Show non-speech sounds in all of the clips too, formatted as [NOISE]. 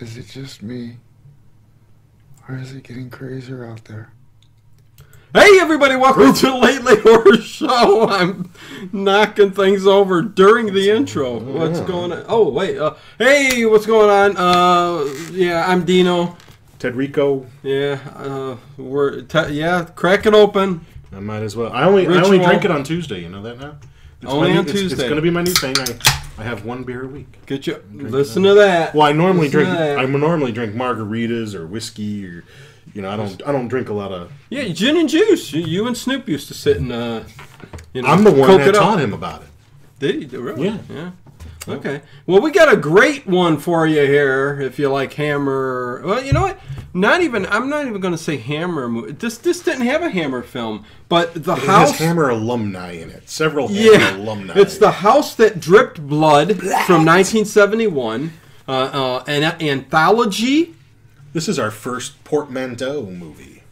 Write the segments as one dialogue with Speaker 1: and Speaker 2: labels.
Speaker 1: it just me? Or is it getting crazier out there?
Speaker 2: Hey everybody, welcome to Late Late Horror Show. I'm knocking things over during the
Speaker 3: Oh,
Speaker 2: intro. What's
Speaker 1: Yeah.
Speaker 2: going on? Oh wait, uh, hey, what's going on? Uh, yeah, I'm Dino.
Speaker 3: Ted Rico.
Speaker 2: Yeah, uh, we're te- yeah, crack it open.
Speaker 3: I might as well. I only I only
Speaker 2: Ritual.
Speaker 3: drink it on Tuesday. You know that now. It's
Speaker 2: Only
Speaker 3: my,
Speaker 2: on
Speaker 3: new- it's,
Speaker 2: Tuesday.
Speaker 3: It's going to be my new thing. I, I have one beer a week.
Speaker 2: Get you listen to that.
Speaker 3: Well, I normally
Speaker 2: Listen to
Speaker 3: drink.
Speaker 2: that.
Speaker 3: I normally drink margaritas or whiskey or, you know, I don't I don't drink a lot of.
Speaker 2: Yeah, gin and juice. You, you and Snoop used to sit and uh, you know,
Speaker 3: I'm the one
Speaker 2: coke
Speaker 3: that
Speaker 2: it up.
Speaker 3: taught him about it.
Speaker 2: Did you? Really?
Speaker 3: Yeah.
Speaker 2: Yeah. Okay. Well, we got a great one for you here. If you like Hammer, well, you know what? Not even. I'm not even going to say Hammer movie. This this didn't have a Hammer film, but the
Speaker 3: It
Speaker 2: house.
Speaker 3: has Hammer alumni in it. Several Hammer
Speaker 2: yeah.
Speaker 3: alumni.
Speaker 2: It's the house that dripped blood from 1971. Uh, uh, an anthology
Speaker 3: This is our first portmanteau movie.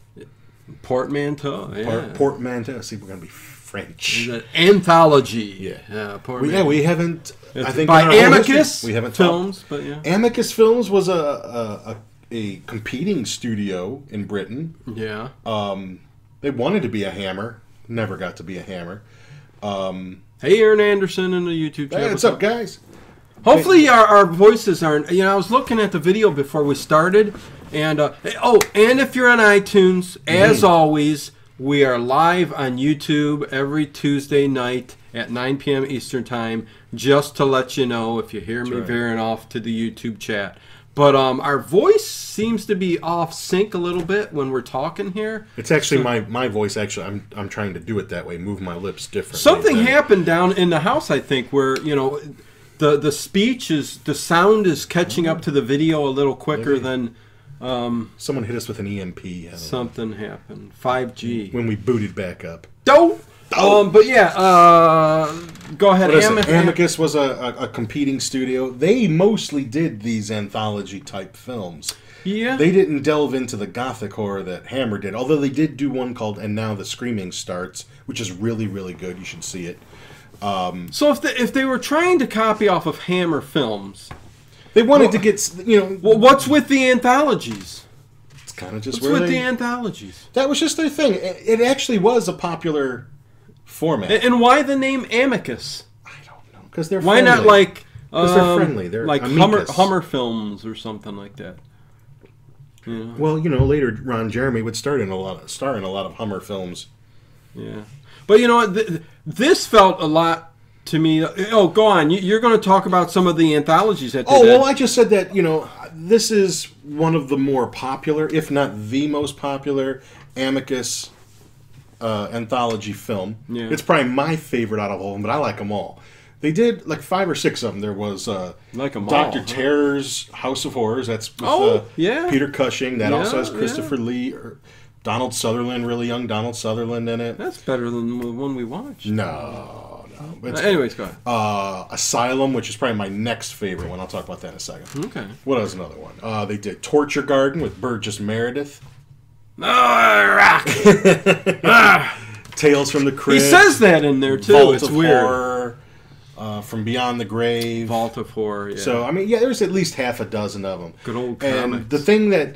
Speaker 2: portmanteau. Yeah.
Speaker 3: Or portmanteau. See, we're going to be French.
Speaker 2: The anthology.
Speaker 3: Yeah.
Speaker 2: Yeah.
Speaker 3: We- yeah, we haven't. I think
Speaker 2: by
Speaker 3: in our whole history,
Speaker 2: Amicus
Speaker 3: We haven't talked
Speaker 2: films, but yeah.
Speaker 3: Amicus Films was a a, a, a competing studio in Britain.
Speaker 2: Yeah.
Speaker 3: uh, They wanted to be a Hammer, never got to be a Hammer.
Speaker 2: hey, Aaron Anderson in the YouTube channel.
Speaker 3: Hey, what's up, guys?
Speaker 2: Hopefully, our, our voices aren't. You know, I was looking at the video before we started, and uh, oh, and if you're on iTunes, as always, we are live on YouTube every Tuesday night at 9 p.m. Eastern Time, just to let you know if you hear me
Speaker 3: right.
Speaker 2: veering off to the YouTube chat. But um, our voice seems to be off sync a little bit when we're talking here.
Speaker 3: It's actually my my voice. Actually, I'm I'm trying to do it that way. Move my lips differently.
Speaker 2: Something
Speaker 3: than-
Speaker 2: happened down in the house, I think, where you know, the the speech is the sound is catching up to the video a little quicker
Speaker 3: Maybe.
Speaker 2: than
Speaker 3: Someone hit us with an E EMP I don't know,
Speaker 2: something happened. Five G.
Speaker 3: when we booted back up.
Speaker 2: Dope. Um, but yeah, uh, go ahead.
Speaker 3: What is it?
Speaker 2: Amic-
Speaker 3: Amicus was a, a, a competing studio. They mostly did these anthology type films.
Speaker 2: Yeah.
Speaker 3: They didn't delve into the gothic horror that Hammer did, although they did do one called "And Now the Screaming Starts," which is really, really good. You should see it.
Speaker 2: so if they, if they were trying to copy off of Hammer films,
Speaker 3: They wanted to get, s- you know,
Speaker 2: well, what's with the anthologies?
Speaker 3: it's kind of just
Speaker 2: What's
Speaker 3: where
Speaker 2: with
Speaker 3: they,
Speaker 2: the anthologies?
Speaker 3: that was just their thing. It, it actually was a popular format.
Speaker 2: A- And why the name Amicus?
Speaker 3: I don't know because they're
Speaker 2: Why not
Speaker 3: friendly.
Speaker 2: like?
Speaker 3: 'Cause they're
Speaker 2: um,
Speaker 3: friendly. They're
Speaker 2: like Hummer,
Speaker 3: amicus.
Speaker 2: Hummer films or something like that. You know?
Speaker 3: Well, you know, later Ron Jeremy would start in a lot, of, star in a lot of Hummer films.
Speaker 2: Yeah, but you know what? Th- th- this felt a lot to me. Oh, go on. You- You're going to talk about some of the anthologies that. They
Speaker 3: Oh
Speaker 2: did.
Speaker 3: well, I just said that. You know, this is one of the more popular, if not the most popular, Amicus uh, anthology film.
Speaker 2: Yeah.
Speaker 3: It's probably my favorite out of all of them, but I like them all. They did like five or six of them. There was uh,
Speaker 2: Like 'em all,
Speaker 3: Doctor
Speaker 2: huh?
Speaker 3: Terror's House of Horrors. That's with,
Speaker 2: Oh,
Speaker 3: uh,
Speaker 2: yeah.
Speaker 3: Peter Cushing. That also
Speaker 2: Yeah,
Speaker 3: has Christopher Lee, or Donald Sutherland, really young Donald Sutherland in it.
Speaker 2: That's better than the one we watched.
Speaker 3: No, no.
Speaker 2: Uh,
Speaker 3: It's,
Speaker 2: Anyways, go ahead.
Speaker 3: uh, Asylum, which is probably my next favorite one. I'll talk about that in a second. [LAUGHS]
Speaker 2: Okay.
Speaker 3: What was another one? Uh, they did Torture Garden with Burgess Meredith.
Speaker 2: Oh, rock.
Speaker 3: Tales from the Crypt.
Speaker 2: He says that in there too.
Speaker 3: Vault
Speaker 2: it's
Speaker 3: of
Speaker 2: weird.
Speaker 3: Horror, uh, from Beyond the Grave.
Speaker 2: Vault of horror. Yeah.
Speaker 3: So I mean, yeah, there's at least half a dozen of them.
Speaker 2: Good old comics.
Speaker 3: And the thing that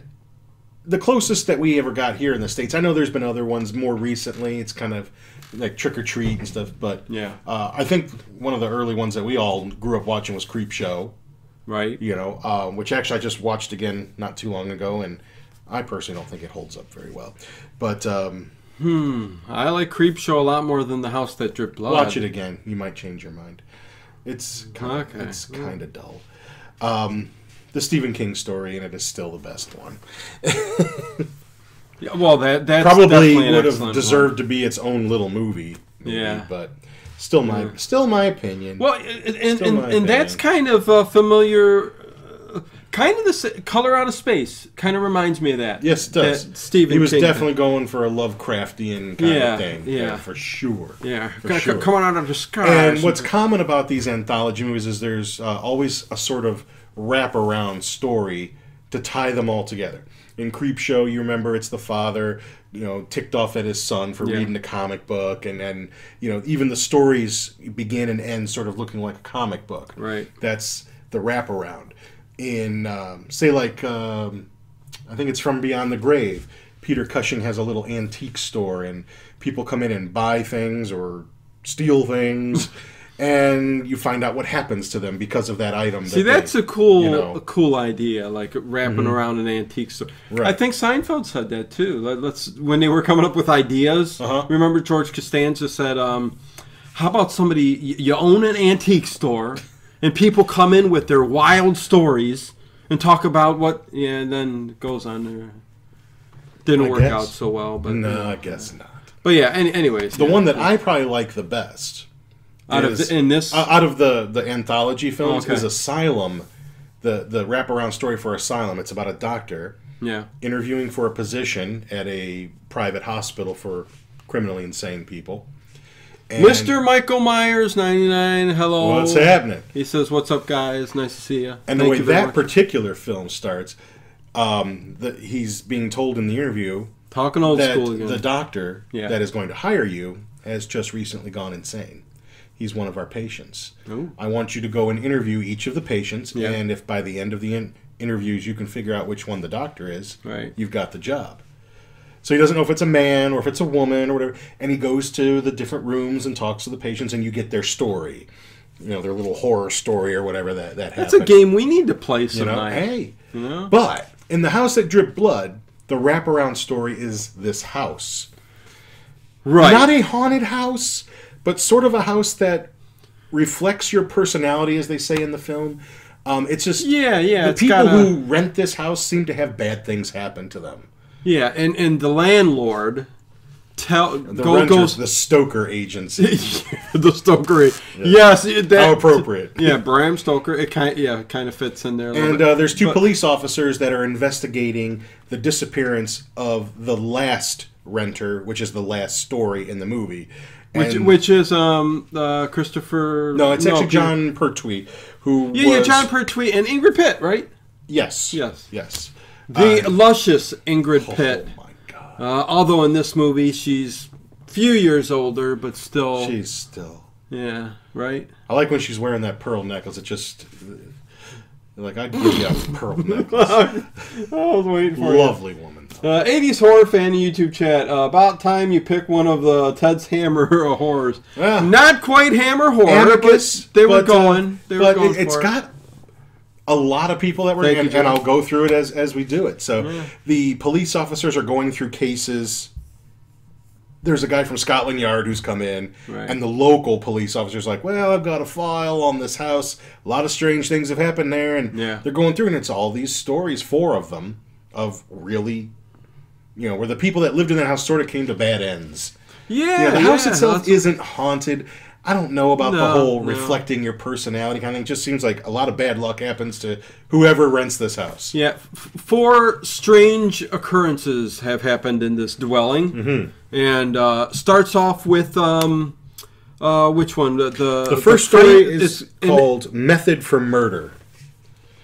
Speaker 3: the closest that we ever got here in the states, I know there's been other ones more recently. It's kind of like Trick or Treat and stuff, but
Speaker 2: Yeah.
Speaker 3: uh, I think one of the early ones that we all grew up watching was Creep Show.
Speaker 2: right.
Speaker 3: you know, um, which actually I just watched again not too long ago, and I personally don't think it holds up very well. But um,
Speaker 2: Hmm. I like Creepshow a lot more than the House That Dripped Blood.
Speaker 3: watch it again, you might change your mind. It's kind
Speaker 2: Okay.
Speaker 3: it's kind of dull. Um, the Stephen King story in it is still the best one.
Speaker 2: Yeah, well, that that's
Speaker 3: Probably
Speaker 2: definitely an
Speaker 3: would have
Speaker 2: excellent
Speaker 3: deserved to be its own little movie. maybe,
Speaker 2: Yeah.
Speaker 3: but still my still my opinion.
Speaker 2: One. Well, and and,
Speaker 3: Still
Speaker 2: and,
Speaker 3: my
Speaker 2: and that's
Speaker 3: opinion.
Speaker 2: kind of uh, familiar. uh, Kind of the s- color out of space kind of reminds me of that.
Speaker 3: yes, it does.
Speaker 2: That Stephen
Speaker 3: he was
Speaker 2: King thing.
Speaker 3: definitely going for a Lovecraftian kind
Speaker 2: Yeah,
Speaker 3: of thing.
Speaker 2: yeah.
Speaker 3: for sure.
Speaker 2: Yeah,
Speaker 3: for
Speaker 2: c- c-
Speaker 3: sure.
Speaker 2: coming out of the sky.
Speaker 3: And what's common about these anthology movies is there's uh, always a sort of wraparound story to tie them all together. In Creepshow, you remember it's the father, you know, ticked off at his son for
Speaker 2: Yeah.
Speaker 3: reading a comic book, and and you know even the stories begin and end sort of looking like a comic book.
Speaker 2: Right.
Speaker 3: That's the wraparound. in um, say like um, I think it's from Beyond the Grave. Peter Cushing has a little antique store, and people come in and buy things or
Speaker 2: [LAUGHS]
Speaker 3: steal things, and you find out what happens to them because of that item.
Speaker 2: See,
Speaker 3: that
Speaker 2: that's
Speaker 3: they-
Speaker 2: a cool,
Speaker 3: you know. Mm-hmm.
Speaker 2: a cool idea, like wrapping around an antique store. I
Speaker 3: Right.
Speaker 2: think Seinfeld said that too. Let- Let's when they were coming up with ideas.
Speaker 3: Uh-huh.
Speaker 2: Remember George Costanza said, um, "How about somebody y- you own an antique store, and people come in with their wild stories and talk about what, yeah, and then it goes on there." Didn't
Speaker 3: I
Speaker 2: work
Speaker 3: guess.
Speaker 2: out so well, but
Speaker 3: no, I guess not.
Speaker 2: but yeah. Any, anyways,
Speaker 3: The one that I probably like the best
Speaker 2: out of
Speaker 3: is-
Speaker 2: the, in this
Speaker 3: Uh, out of the the anthology films
Speaker 2: Okay.
Speaker 3: is Asylum, the the wraparound story for Asylum. It's about a doctor
Speaker 2: yeah.
Speaker 3: interviewing for a position at a private hospital for criminally insane people. And
Speaker 2: Mr. Michael Myers, 99, hello.
Speaker 3: what's happening?
Speaker 2: He says, "What's up, guys? Nice to see you."
Speaker 3: And the way that particular film starts, um, the, he's being told in the interview
Speaker 2: talking old
Speaker 3: that
Speaker 2: school again.
Speaker 3: the doctor
Speaker 2: Yeah.
Speaker 3: that is going to hire you has just recently gone insane. He's one of our patients.
Speaker 2: Ooh.
Speaker 3: I want you to go and interview each of the patients,
Speaker 2: Yeah.
Speaker 3: and if by the end of the in- interviews you can figure out which one the doctor is,
Speaker 2: Right.
Speaker 3: you've got the job. So he doesn't know if it's a man or if it's a woman or whatever, and he goes to the different rooms and talks to the patients, and you get their story, you know, their little horror story or whatever that that
Speaker 2: That's a
Speaker 3: happened,
Speaker 2: game we need to play
Speaker 3: You know,
Speaker 2: tonight.
Speaker 3: hey,
Speaker 2: You know?
Speaker 3: but in the house that dripped blood, the wraparound story is this house.
Speaker 2: right?
Speaker 3: Not a haunted house, but sort of a house that reflects your personality, as they say in the film. Um, it's just
Speaker 2: yeah, yeah.
Speaker 3: the
Speaker 2: it's
Speaker 3: people
Speaker 2: got a-
Speaker 3: who rent this house seem to have bad things happen to them.
Speaker 2: yeah, and and the landlord tell
Speaker 3: The
Speaker 2: go
Speaker 3: renters,
Speaker 2: goes
Speaker 3: the
Speaker 2: [LAUGHS]
Speaker 3: Stoker agency.
Speaker 2: the Stoker. Yes, it- that
Speaker 3: How appropriate.
Speaker 2: [LAUGHS] Yeah, Bram Stoker. It kind yeah kind of fits in there. A little
Speaker 3: And
Speaker 2: bit.
Speaker 3: uh, there's two
Speaker 2: But-
Speaker 3: police officers that are investigating the disappearance of the last renter, which is the last story in the movie.
Speaker 2: which,
Speaker 3: And-
Speaker 2: which is um uh, Christopher.
Speaker 3: No, it's actually
Speaker 2: Pe-
Speaker 3: John Pertwee who
Speaker 2: Yeah, yeah,
Speaker 3: was-
Speaker 2: John Pertwee and Ingrid Pitt, right?
Speaker 3: Yes.
Speaker 2: Yes.
Speaker 3: Yes.
Speaker 2: The
Speaker 3: Uh,
Speaker 2: luscious Ingrid Pitt.
Speaker 3: Oh my god.
Speaker 2: Uh, although in this movie she's few years older, but still,
Speaker 3: She's still.
Speaker 2: yeah, right.
Speaker 3: I like when she's wearing that pearl necklace. It just like I'd give you a
Speaker 2: [LAUGHS]
Speaker 3: pearl necklace.
Speaker 2: [LAUGHS] I was waiting
Speaker 3: Lovely woman.
Speaker 2: Uh, 80s horror fan YouTube chat. Uh, about time you pick one of the Ted's Hammer [LAUGHS] horrors.
Speaker 3: Yeah.
Speaker 2: Not quite Hammer horror,
Speaker 3: Amicus,
Speaker 2: but they were
Speaker 3: but, uh,
Speaker 2: going. They were
Speaker 3: But
Speaker 2: going
Speaker 3: it, has
Speaker 2: for it.
Speaker 3: got a lot of people that were
Speaker 2: Thank
Speaker 3: in,
Speaker 2: you, Jim.
Speaker 3: and I'll go through it as as we do it. So the police officers are going through cases. There's a guy from Scotland Yard who's come in,
Speaker 2: Right.
Speaker 3: and the local police officer's like, "Well, I've got a file on this house. A lot of strange things have happened there, and
Speaker 2: Yeah.
Speaker 3: they're going through, and it's all these stories, four of them, of really." You know, where the people that lived in that house sort of came to bad ends.
Speaker 2: yeah,
Speaker 3: Yeah, the house
Speaker 2: yeah,
Speaker 3: itself
Speaker 2: that's-
Speaker 3: isn't haunted. I don't know about the
Speaker 2: No,
Speaker 3: whole
Speaker 2: no.
Speaker 3: reflecting your personality kind of thing. It just seems like a lot of bad luck happens to whoever rents this house.
Speaker 2: Yeah, f- four strange occurrences have happened in this dwelling, and uh, starts off with um, uh, which one? The, the,
Speaker 3: The first
Speaker 2: fra-
Speaker 3: story is
Speaker 2: it's in-
Speaker 3: called Method for Murder.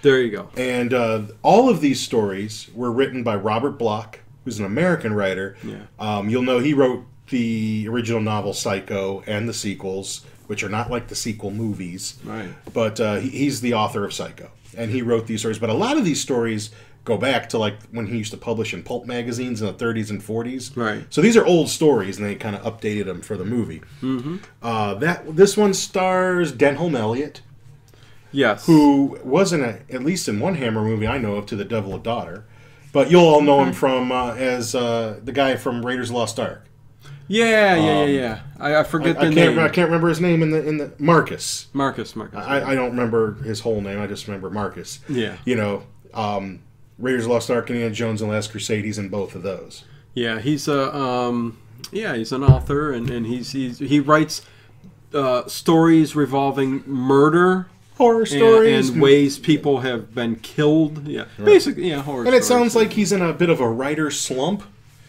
Speaker 2: There you go.
Speaker 3: And uh, all of these stories were written by Robert Bloch, who's an American writer.
Speaker 2: Yeah.
Speaker 3: Um, you'll know he wrote the original novel Psycho and the sequels, which are not like the sequel movies.
Speaker 2: Right.
Speaker 3: But uh, he, he's the author of Psycho, and he wrote these stories. But a lot of these stories go back to like when he used to publish in pulp magazines in the 30s and 40s.
Speaker 2: Right.
Speaker 3: So these are old stories, and they kind of updated them for the movie. Mm-hmm. Uh, that this one stars Denholm Elliott
Speaker 2: Yes.
Speaker 3: who wasn't a, at least in one Hammer movie I know of to the Devil a Daughter, but you'll all know him from uh, as uh, the guy from Raiders of the Lost Ark.
Speaker 2: Yeah, yeah, yeah, yeah. I, I forget
Speaker 3: Um,
Speaker 2: the
Speaker 3: I, I
Speaker 2: name.
Speaker 3: can't I can't remember his name in the in the Marcus.
Speaker 2: Marcus, Marcus.
Speaker 3: I, I don't remember his whole name. I just remember Marcus.
Speaker 2: Yeah.
Speaker 3: you know, um, Raiders of the Lost Ark, Indiana Jones, and Last Crusade. He's in both of those.
Speaker 2: yeah, he's a um, yeah, he's an author, and, and he's, he's he writes uh, stories revolving murder
Speaker 3: Horror
Speaker 2: and,
Speaker 3: stories
Speaker 2: and ways people have been killed. Yeah, basically, yeah, horror.
Speaker 3: And it
Speaker 2: stories.
Speaker 3: sounds like he's in a bit of a writer slump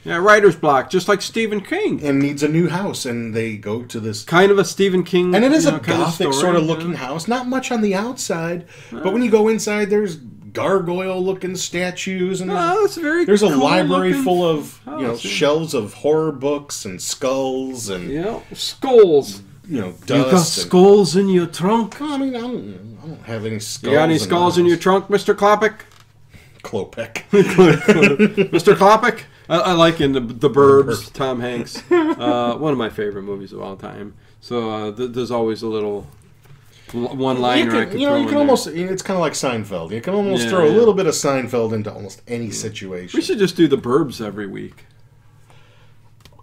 Speaker 2: yeah, writer's block, just like Stephen King.
Speaker 3: and needs a new house. And they go to this
Speaker 2: Kind of a Stephen King,
Speaker 3: And it is
Speaker 2: you know,
Speaker 3: a
Speaker 2: kind of
Speaker 3: gothic
Speaker 2: story,
Speaker 3: sort of
Speaker 2: you
Speaker 3: looking
Speaker 2: know?
Speaker 3: house. Not much on the outside, but when you go inside, there's gargoyle looking statues and
Speaker 2: Oh, that's very.
Speaker 3: there's a
Speaker 2: cool
Speaker 3: library
Speaker 2: looking
Speaker 3: full of you know
Speaker 2: house, yeah.
Speaker 3: shelves of horror books and skulls and
Speaker 2: Yeah, skulls.
Speaker 3: you know
Speaker 2: You got
Speaker 3: dust. and,
Speaker 2: skulls in your trunk.
Speaker 3: I mean, I don't, I don't have any skulls.
Speaker 2: You got any skulls in your trunk, Mr. [LAUGHS] Klopik?
Speaker 3: [LAUGHS]
Speaker 2: [LAUGHS]
Speaker 3: Klopek?
Speaker 2: Mr. Klopik? I, I like in the, the Burbs, Tom Hanks. Uh, one of my favorite movies of all time. So uh, th- there's always a little one
Speaker 3: you,
Speaker 2: liner.
Speaker 3: can, you know, you can almost. It's kind of like Seinfeld. You can almost
Speaker 2: Yeah,
Speaker 3: throw a
Speaker 2: yeah.
Speaker 3: little bit of Seinfeld into almost any situation.
Speaker 2: We should just do the Burbs every week.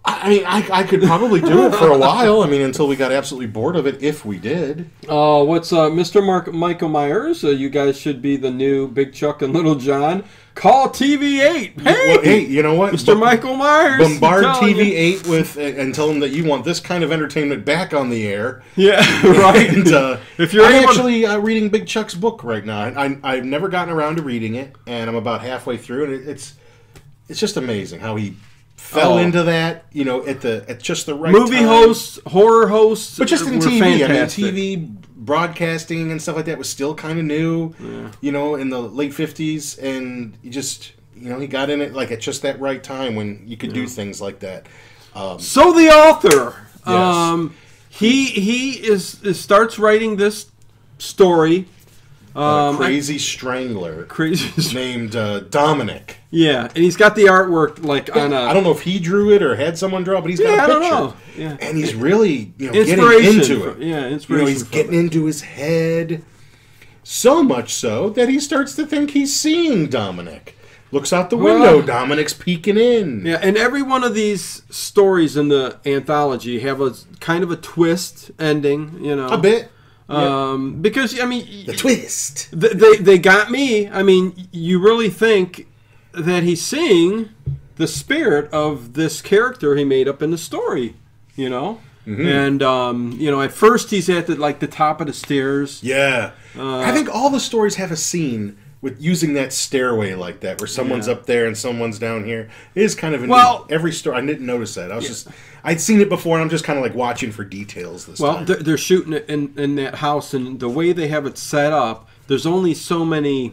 Speaker 3: I I mean, I, I could probably do it for a while. I mean, until we got absolutely bored of it, if we did.
Speaker 2: Oh, what's uh, Mr. Mark Michael Myers? Uh, you guys should be the new Big Chuck and Little John. Call TV8. Hey,
Speaker 3: Well, hey, you know what,
Speaker 2: Mr. Michael Myers.
Speaker 3: Bombard
Speaker 2: I'm telling you.
Speaker 3: TV8 with and tell them that you want this kind of entertainment back on the air.
Speaker 2: Yeah, [LAUGHS] right.
Speaker 3: And uh,
Speaker 2: If you're
Speaker 3: I'm
Speaker 2: able to-
Speaker 3: actually uh, reading Big Chuck's book right now. I, I, I've never gotten around to reading it, and I'm about halfway through, and it, it's it's just amazing how he fell
Speaker 2: Oh.
Speaker 3: into that. You know, at the at just the right
Speaker 2: Movie
Speaker 3: time.
Speaker 2: hosts, horror hosts,
Speaker 3: But just in
Speaker 2: were
Speaker 3: TV,
Speaker 2: fantastic.
Speaker 3: I mean, TV broadcasting and stuff like that was still kind of new, you know, in the late fifties, and you just, you know, he got in it like at just that right time when you could do things like that. Um,
Speaker 2: So the author,
Speaker 3: Yes.
Speaker 2: um, he he is, is starts writing this story.
Speaker 3: a
Speaker 2: Um, I-
Speaker 3: Uh, crazy strangler
Speaker 2: crazy,
Speaker 3: named uh, Dominic.
Speaker 2: [LAUGHS] yeah, and he's got the artwork like on a
Speaker 3: I don't know if he drew it or had someone draw, it, but he's got
Speaker 2: yeah, I
Speaker 3: a
Speaker 2: don't
Speaker 3: picture,
Speaker 2: know, yeah,
Speaker 3: and he's really, you know, getting
Speaker 2: inspiration,
Speaker 3: into it.
Speaker 2: for- yeah,
Speaker 3: you
Speaker 2: inspiration.
Speaker 3: know, he's
Speaker 2: for-
Speaker 3: getting into his head so much so that he starts to think he's seeing Dominic. Looks out the
Speaker 2: Well-
Speaker 3: window, Dominic's peeking in.
Speaker 2: Yeah, and every one of these stories in the anthology have a s- kind of a twist ending, you know.
Speaker 3: A bit.
Speaker 2: Um, because I mean,
Speaker 3: The
Speaker 2: y-
Speaker 3: twist.
Speaker 2: th- they they got me. I mean, y- you really think that he's seeing the spirit of this character he made up in the story, you know?
Speaker 3: Mm-hmm.
Speaker 2: And um, you know, at first he's at the, like the top of the stairs.
Speaker 3: Yeah.
Speaker 2: Uh,
Speaker 3: I think all the stories have a scene with using that stairway like that, where someone's
Speaker 2: Yeah.
Speaker 3: up there and someone's down here. It is kind of an,
Speaker 2: Well-
Speaker 3: every story. I didn't notice that. I was just I'd seen it before, and I'm just kind of like watching for details this
Speaker 2: Well,
Speaker 3: time.
Speaker 2: they're, they're shooting it in, in that house, and the way they have it set up, there's only so many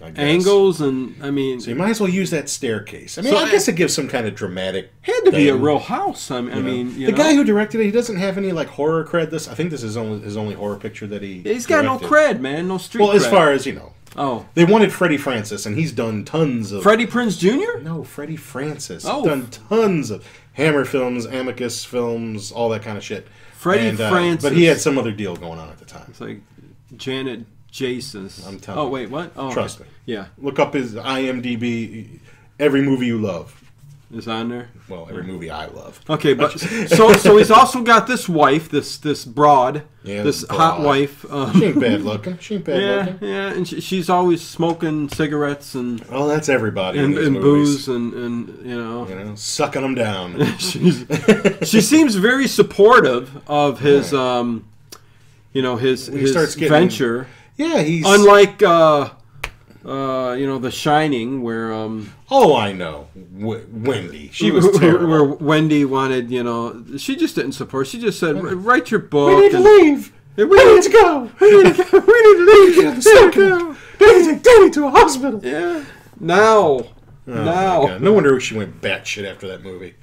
Speaker 3: I guess.
Speaker 2: angles, and I mean,
Speaker 3: So you might as well use that staircase. I mean,
Speaker 2: So
Speaker 3: I
Speaker 2: I-
Speaker 3: guess it gives some kind of dramatic.
Speaker 2: had to be a
Speaker 3: thing.
Speaker 2: real house. I mean, I mean you
Speaker 3: the
Speaker 2: know,
Speaker 3: guy who directed it, he doesn't have any like horror cred. This I think this is only his only horror picture that he.
Speaker 2: he's got no
Speaker 3: directed.
Speaker 2: cred, man, no street.
Speaker 3: Well, as
Speaker 2: cred.
Speaker 3: far as you know,
Speaker 2: oh,
Speaker 3: they wanted Freddie Francis, and he's done tons of.
Speaker 2: Freddie Prince Jr.
Speaker 3: No, Freddie Francis.
Speaker 2: Oh.
Speaker 3: He's done tons of Hammer films, Amicus films, all that kind of shit.
Speaker 2: Freddie
Speaker 3: And, uh,
Speaker 2: Francis.
Speaker 3: But he had some other deal going on at the time.
Speaker 2: It's like Janet Jasons.
Speaker 3: I'm telling
Speaker 2: Oh
Speaker 3: you.
Speaker 2: wait, what? Oh, okay.
Speaker 3: Trust me.
Speaker 2: Yeah,
Speaker 3: Look up his IMDb. Every movie you love.
Speaker 2: is on there.
Speaker 3: Well, every movie I love.
Speaker 2: Okay, but so so he's also got this wife, this this broad,
Speaker 3: Yeah,
Speaker 2: this
Speaker 3: broad.
Speaker 2: hot wife.
Speaker 3: She
Speaker 2: Um,
Speaker 3: ain't bad looking. She ain't bad
Speaker 2: yeah,
Speaker 3: looking.
Speaker 2: yeah, and she, she's always smoking cigarettes and
Speaker 3: Well, that's everybody in
Speaker 2: and,
Speaker 3: these
Speaker 2: and
Speaker 3: movies.
Speaker 2: booze and and you know.
Speaker 3: You know, sucking them
Speaker 2: [LAUGHS]
Speaker 3: down.
Speaker 2: She's, she seems very supportive of his, um, you know, his
Speaker 3: he
Speaker 2: his
Speaker 3: starts getting-
Speaker 2: venture.
Speaker 3: yeah, he's.
Speaker 2: Unlike, uh, uh, you know, The Shining, where um,
Speaker 3: oh, I know. W- Wendy.
Speaker 2: [LAUGHS]
Speaker 3: She was
Speaker 2: where-
Speaker 3: terrible.
Speaker 2: where Wendy wanted, you know, she just didn't support. She just said, "Write your book."
Speaker 3: we need to
Speaker 2: and-
Speaker 3: leave.
Speaker 2: and
Speaker 3: We need to go. We need to, we need to leave. Get on
Speaker 2: [LAUGHS]
Speaker 3: the second. They need to take Danny to a hospital.
Speaker 2: Yeah. Now,
Speaker 3: Oh, my
Speaker 2: now,
Speaker 3: God. No wonder she went batshit after that movie.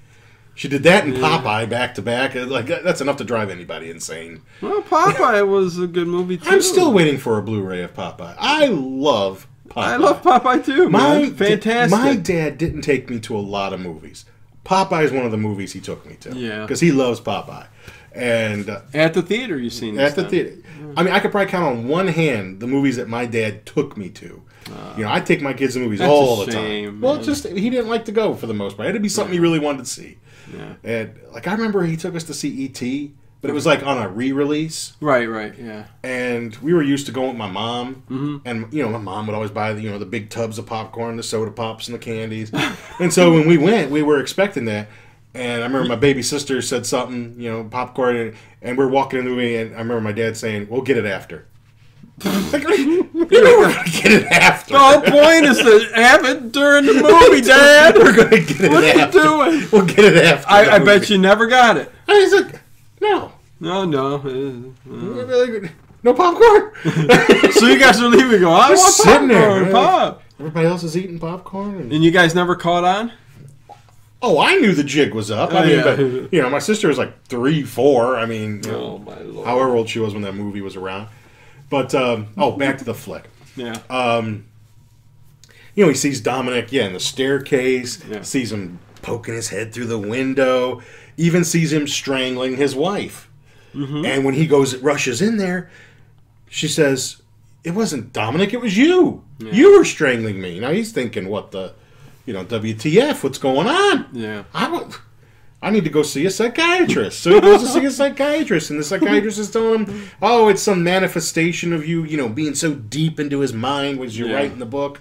Speaker 3: She did that and Popeye back to back. Uh, Like that- that's enough to drive anybody insane.
Speaker 2: well, Popeye was a good movie too.
Speaker 3: I'm still waiting for a Blu-ray of Popeye. I love Popeye.
Speaker 2: I love Popeye too.
Speaker 3: my
Speaker 2: man. fantastic.
Speaker 3: my dad didn't take me to a lot of movies. Popeye is one of the movies he took me to.
Speaker 2: Yeah.
Speaker 3: because he loves Popeye. And uh,
Speaker 2: At the theater, you seen this
Speaker 3: at the
Speaker 2: then.
Speaker 3: theater, I mean, I could probably count on one hand the movies that my dad took me to. you know, I take my kids to movies
Speaker 2: That's
Speaker 3: all
Speaker 2: a
Speaker 3: the
Speaker 2: shame,
Speaker 3: time. Well,
Speaker 2: man.
Speaker 3: just he didn't like to go for the most part. It had to be something he really wanted to see.
Speaker 2: Yeah.
Speaker 3: And like I remember he took us to see E.T., but it was like on a re-release,
Speaker 2: Right, right,
Speaker 3: [LAUGHS]
Speaker 2: yeah.
Speaker 3: and we were used to going with my mom,
Speaker 2: Mm-hmm.
Speaker 3: and you know my mom would always buy the you know the big tubs of popcorn, the soda pops, and the candies, [LAUGHS] and so when we went, we were expecting that. And I remember my baby sister said something, you know, popcorn, and, and we're walking in the movie, and I remember my dad saying, "We'll get it after." [LAUGHS] like, what do you mean we're gonna get it after.
Speaker 2: The whole point is to have it during the [LAUGHS] movie, Dad.
Speaker 3: [LAUGHS] we're gonna get it
Speaker 2: What are you
Speaker 3: after.
Speaker 2: doing?
Speaker 3: We'll get it after. the
Speaker 2: I, I bet
Speaker 3: movie.
Speaker 2: you never got it.
Speaker 3: I was like, no.
Speaker 2: No, no. uh, uh.
Speaker 3: No [LAUGHS] popcorn.
Speaker 2: So you guys are leaving. Go. I
Speaker 3: Just
Speaker 2: want
Speaker 3: sitting there,
Speaker 2: popcorn,
Speaker 3: man.
Speaker 2: pop.
Speaker 3: Everybody else is eating popcorn. And,
Speaker 2: And you guys never caught on.
Speaker 3: oh, I knew the jig was up. I
Speaker 2: Oh,
Speaker 3: mean,
Speaker 2: yeah.
Speaker 3: but, you know, my sister was like three, four. I mean, you know,
Speaker 2: Oh my lord.
Speaker 3: however old she was when that movie was around. But um, oh, back to the flick.
Speaker 2: Yeah.
Speaker 3: Uh, You know, he sees Dominic, yeah, in the staircase.
Speaker 2: Yeah.
Speaker 3: Sees him poking his head through the window. Even sees him strangling his wife. And when he goes, rushes in there, she says, "It wasn't Dominic. It was you. You were strangling me." Now he's thinking, "What the, you know, WTF? What's going on?"
Speaker 2: yeah.
Speaker 3: I don't. I need to go see a psychiatrist. So he goes to see a psychiatrist, and the psychiatrist is telling him, "Oh, it's some manifestation of you, you know, being so deep into his mind was you
Speaker 2: Yeah.
Speaker 3: writing the book."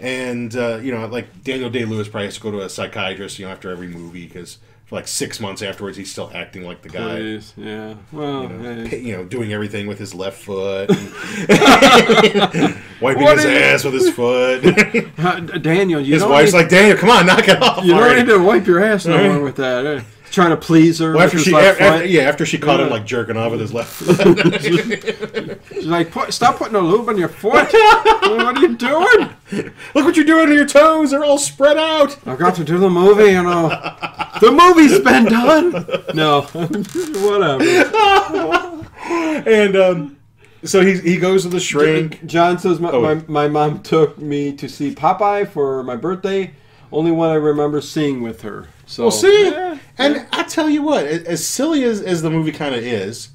Speaker 3: And uh, you know, like Daniel Day Lewis probably has to go to a psychiatrist, you know, after every movie because for like six months afterwards he's still acting like the guy
Speaker 2: Please. Yeah. Well, hey.
Speaker 3: you know, doing everything with his left
Speaker 2: [LAUGHS]
Speaker 3: foot, [LAUGHS] and wiping
Speaker 2: What
Speaker 3: his
Speaker 2: is-
Speaker 3: ass with
Speaker 2: [LAUGHS]
Speaker 3: his foot. his
Speaker 2: Uh, D- Daniel, you don't
Speaker 3: wife's
Speaker 2: need,
Speaker 3: like, "Daniel, come on, knock it off!"
Speaker 2: you don't
Speaker 3: already."
Speaker 2: need to wipe your ass no more with that. eh? Trying to please her.
Speaker 3: Well,
Speaker 2: with
Speaker 3: after
Speaker 2: his
Speaker 3: she,
Speaker 2: left
Speaker 3: a- after-
Speaker 2: foot.
Speaker 3: yeah, after she caught him
Speaker 2: Yeah.
Speaker 3: like jerking off with his left foot. [LAUGHS]
Speaker 2: She's like, Put, stop putting a lube on your foot. [LAUGHS] what are you doing?
Speaker 3: Look what you're doing to your toes; they're all spread out.
Speaker 2: I got to do the movie, you know. The movie's been done. No, [LAUGHS] whatever.
Speaker 3: And um, so he he goes to the shrink.
Speaker 2: John says my, my,
Speaker 3: yeah.
Speaker 2: my mom took me to see Popeye for my birthday. Only one I remember seeing with her. So
Speaker 3: Well, see,
Speaker 2: Oh. Yeah.
Speaker 3: and I tell you what, a- as silly as, as the movie kind of is,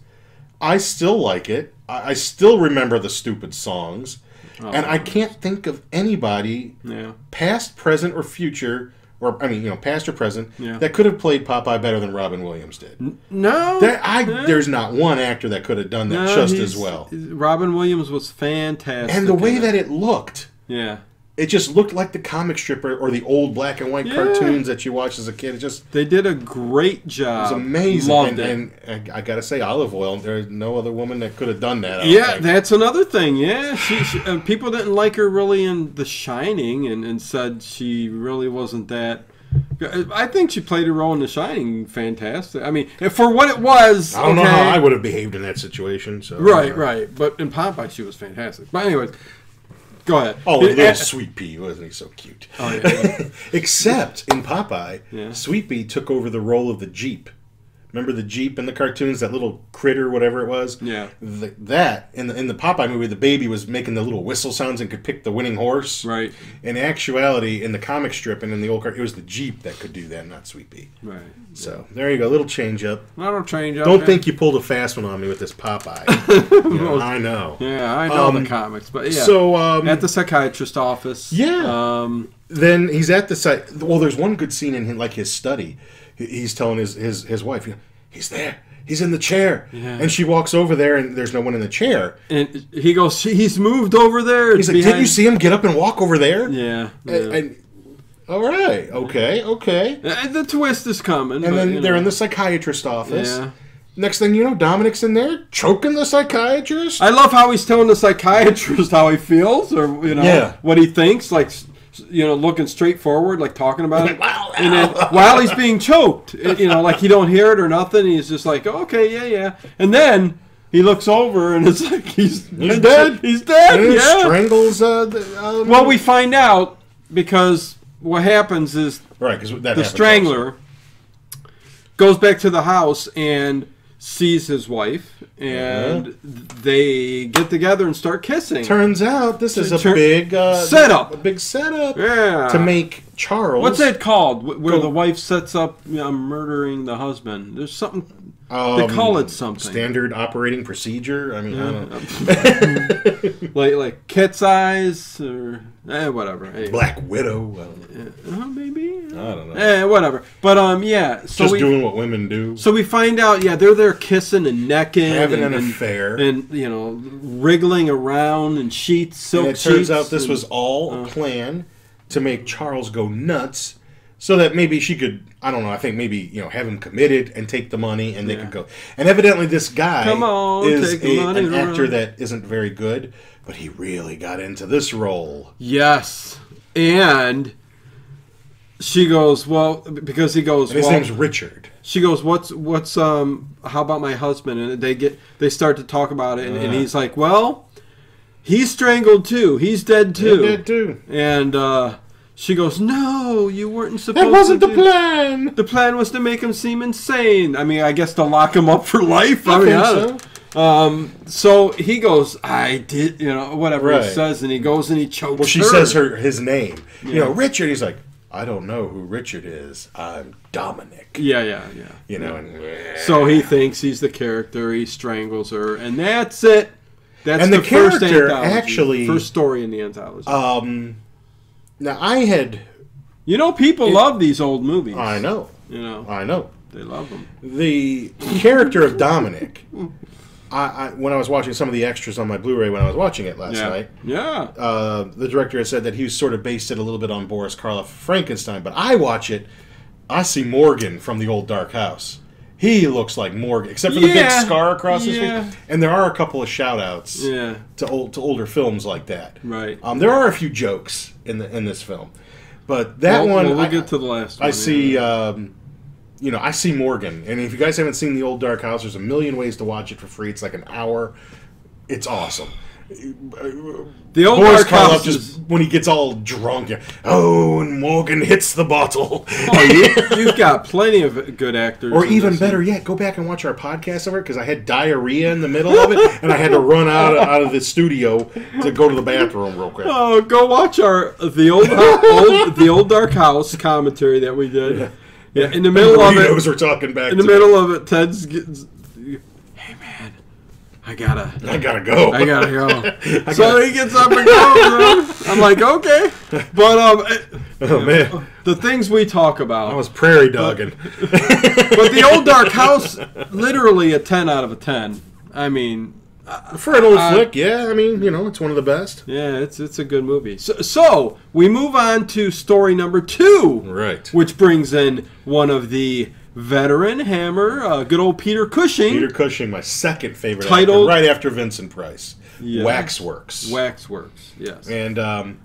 Speaker 3: I still like it. I, I still remember the stupid songs,
Speaker 2: Oh,
Speaker 3: and I can't think of anybody,
Speaker 2: yeah,
Speaker 3: past, present, or future, or I mean, you know, past or present,
Speaker 2: Yeah.
Speaker 3: that could have played Popeye better than Robin Williams did.
Speaker 2: no,
Speaker 3: There, I there's not one actor that could have done that
Speaker 2: no,
Speaker 3: just
Speaker 2: he's-
Speaker 3: as well.
Speaker 2: Robin Williams was fantastic,
Speaker 3: And the way
Speaker 2: in it.
Speaker 3: that it looked.
Speaker 2: yeah,
Speaker 3: It just looked like the comic strip or, or the old black and white
Speaker 2: Yeah.
Speaker 3: cartoons that you watched as a kid. It just
Speaker 2: they did a great job.
Speaker 3: It's amazing.
Speaker 2: Uh, Loved
Speaker 3: and,
Speaker 2: it.
Speaker 3: and I, I gotta say, olive oil. There's no other woman that could have done that. I don't
Speaker 2: Yeah,
Speaker 3: think.
Speaker 2: that's another thing. Yeah, she, she uh, people didn't like her really in The Shining, and, and said she really wasn't that. I think she played a role in The Shining. Fantastic. I mean, and for what it was.
Speaker 3: I don't know
Speaker 2: okay,
Speaker 3: how I would have behaved in that situation. So uh,
Speaker 2: Right, right. But in Popeye, she was fantastic. But anyways, go ahead.
Speaker 3: Oh, and
Speaker 2: Yeah, [LAUGHS]
Speaker 3: little Sweet Pea wasn't he so cute?
Speaker 2: Oh, yeah.
Speaker 3: [LAUGHS] Except in Popeye,
Speaker 2: Yeah.
Speaker 3: Sweet Pea took over the role of the Jeep. Remember the Jeep in the cartoons, that little critter, whatever it was.
Speaker 2: Yeah.
Speaker 3: Th- that in the in the Popeye movie, the baby was making the little whistle sounds and could pick the winning horse.
Speaker 2: Right.
Speaker 3: In actuality, in the comic strip and in the old car, it was the Jeep that could do that, not Sweet Pea.
Speaker 2: Right.
Speaker 3: So there you go, little change up.
Speaker 2: I don't change up.
Speaker 3: Don't
Speaker 2: man.
Speaker 3: think you pulled a fast one on me with this
Speaker 2: [LAUGHS]
Speaker 3: Popeye. You know, I know.
Speaker 2: Yeah, I know
Speaker 3: Um,
Speaker 2: the comics, but yeah.
Speaker 3: So um,
Speaker 2: at the psychiatrist office.
Speaker 3: Yeah.
Speaker 2: Um.
Speaker 3: then he's at the site. Well, there's one good scene in him, like his study. He- He's telling his his, his wife, you know, he's there. He's in the chair.
Speaker 2: Yeah.
Speaker 3: And she walks over there, and there's no one in the chair.
Speaker 2: And he goes, "She- he's moved over there.
Speaker 3: He's like, didn't you see him get up and walk over there?
Speaker 2: Yeah. yeah.
Speaker 3: And, and- all right, okay, okay.
Speaker 2: Uh, the twist is coming. but,
Speaker 3: And then
Speaker 2: you
Speaker 3: they're
Speaker 2: know.
Speaker 3: in the psychiatrist's office.
Speaker 2: Yeah.
Speaker 3: Next thing you know, Dominic's in there choking the psychiatrist.
Speaker 2: I love how he's telling the psychiatrist how he feels, or you know,
Speaker 3: Yeah.
Speaker 2: what he thinks. Like, s- you know, looking straight forward, like talking about it.
Speaker 3: Wow,
Speaker 2: And then
Speaker 3: wow.
Speaker 2: while he's being choked, it- you know, like he don't hear it or nothing. He's just like, okay, yeah, yeah. And then he looks over, and it's like he's he's
Speaker 3: dead.
Speaker 2: He's dead.
Speaker 3: And
Speaker 2: yeah.
Speaker 3: strangles. Uh, the, um,
Speaker 2: Well, we find out because what happens is
Speaker 3: right because that
Speaker 2: the strangler goes back to the house and sees his wife and
Speaker 3: Uh-huh.
Speaker 2: they get together and start kissing
Speaker 3: Turns out this is a
Speaker 2: Tur-
Speaker 3: big uh,
Speaker 2: Setup.
Speaker 3: A big setup.
Speaker 2: Yeah.
Speaker 3: To make Charles.
Speaker 2: Uh, what's that called Wh- where
Speaker 3: Go-
Speaker 2: the wife sets up you know, murdering the husband there's something
Speaker 3: Um,
Speaker 2: they call it something Mm,
Speaker 3: Standard operating procedure. I mean, I don't know.
Speaker 2: like like cat's eyes or eh, whatever eh,
Speaker 3: Black Widow. I don't know.
Speaker 2: uh, maybe eh,
Speaker 3: I don't know.
Speaker 2: eh, whatever but um yeah so
Speaker 3: Just
Speaker 2: we
Speaker 3: doing what women do.
Speaker 2: so we find out yeah they're there kissing and necking
Speaker 3: Having
Speaker 2: and,
Speaker 3: an
Speaker 2: and-
Speaker 3: affair.
Speaker 2: and you know wriggling around in sheets silk
Speaker 3: and it turns
Speaker 2: sheets
Speaker 3: out this
Speaker 2: and- uh.
Speaker 3: was all a plan to make Charles go nuts, so that maybe she could. I don't know. I think maybe you know have him committed and take the money, and they could go. And evidently, this guy
Speaker 2: Come on,
Speaker 3: is
Speaker 2: take the
Speaker 3: a-
Speaker 2: money
Speaker 3: an
Speaker 2: and
Speaker 3: actor
Speaker 2: run.
Speaker 3: that isn't very good, but he really got into this role.
Speaker 2: yes and she goes well because he goes
Speaker 3: And his
Speaker 2: well
Speaker 3: name's Richard.
Speaker 2: she goes what's what's um how about my husband and they get they start to talk about it and,
Speaker 3: Uh-huh.
Speaker 2: and he's like well he's strangled too he's dead too
Speaker 3: Did too.
Speaker 2: and uh she goes no you weren't supposed
Speaker 3: That wasn't
Speaker 2: to
Speaker 3: the
Speaker 2: do
Speaker 3: plan.
Speaker 2: The plan was to make him seem insane. I mean, I guess to lock him up for life. I, mean,
Speaker 3: think
Speaker 2: I don't-
Speaker 3: so.
Speaker 2: Um, so he goes, I did, you know, whatever
Speaker 3: Right.
Speaker 2: he says, and he goes and he chokes
Speaker 3: Well, she
Speaker 2: her.
Speaker 3: says her his name. You
Speaker 2: Yeah.
Speaker 3: know, Richard. He's like, I don't know who Richard is. I'm Dominic.
Speaker 2: Yeah, yeah, yeah.
Speaker 3: You know, and
Speaker 2: So he thinks he's the character. He strangles her, and that's it. That's
Speaker 3: And
Speaker 2: the,
Speaker 3: the
Speaker 2: first
Speaker 3: character
Speaker 2: anthology,
Speaker 3: actually-
Speaker 2: first story in the anthology.
Speaker 3: um, now I had.
Speaker 2: you know, people love these old movies.
Speaker 3: I know. Uh,
Speaker 2: You know,
Speaker 3: I know.
Speaker 2: they love them.
Speaker 3: the character
Speaker 2: [LAUGHS]
Speaker 3: of Dominic. I, I when I was watching some of the extras on my Blu-ray when I was watching it last
Speaker 2: Yeah,
Speaker 3: night,
Speaker 2: yeah.
Speaker 3: uh, the director had said that he was sort of based it a little bit on Boris Karloff Frankenstein. But I watch it, I see Morgan from the old Dark House. He looks like Morgan, except for the big
Speaker 2: Yeah,
Speaker 3: scar across
Speaker 2: yeah.
Speaker 3: his face. And there are a couple of shout-outs
Speaker 2: yeah,
Speaker 3: to old to older films like that.
Speaker 2: right.
Speaker 3: Um, there are a few jokes in the in this film, but that
Speaker 2: Well,
Speaker 3: one
Speaker 2: well, we'll
Speaker 3: I-
Speaker 2: get to the last.
Speaker 3: I
Speaker 2: one,
Speaker 3: see,
Speaker 2: yeah.
Speaker 3: um, you know, I see Morgan. And if you guys haven't seen The Old Dark House, there's a million ways to watch it for free. It's like an hour. It's awesome.
Speaker 2: the old
Speaker 3: Boris
Speaker 2: Dark
Speaker 3: Karloff
Speaker 2: House
Speaker 3: just,
Speaker 2: is-
Speaker 3: when he gets all drunk, yeah, oh, and Morgan hits the bottle.
Speaker 2: Oh, You've got plenty of good actors.
Speaker 3: [LAUGHS] or
Speaker 2: in
Speaker 3: even
Speaker 2: this.
Speaker 3: better yet, go back and watch our podcast of it because I had diarrhea in the middle of it and I had to run out, out of the studio to go to the bathroom real quick.
Speaker 2: Oh, go watch our the old, old the old Dark House commentary that we did. Yeah, in the middle of it,
Speaker 3: Burritos are talking back
Speaker 2: in the
Speaker 3: to me.
Speaker 2: middle of it, Ted's. Gets, hey man, I gotta,
Speaker 3: I gotta go.
Speaker 2: I gotta go.
Speaker 3: I
Speaker 2: so
Speaker 3: gotta-
Speaker 2: he gets up and goes. I'm like, okay, but um, it-
Speaker 3: [LAUGHS] Oh, man.
Speaker 2: the things we talk
Speaker 3: I
Speaker 2: about.
Speaker 3: was
Speaker 2: [LAUGHS]
Speaker 3: prairie dogging.
Speaker 2: But the old Dark House, literally a ten out of a ten. I mean,
Speaker 3: For an old
Speaker 2: Uh,
Speaker 3: flick, yeah. I mean, you know, it's one of the best.
Speaker 2: yeah, it's it's a good movie. So, so we move on to story number two.
Speaker 3: Right.
Speaker 2: which brings in one of the veteran Hammer, uh, good old Peter Cushing,
Speaker 3: Peter Cushing, my second favorite
Speaker 2: Titled-
Speaker 3: actor, right after Vincent Price.
Speaker 2: Yeah.
Speaker 3: Waxworks.
Speaker 2: Waxworks. Yes,
Speaker 3: and um,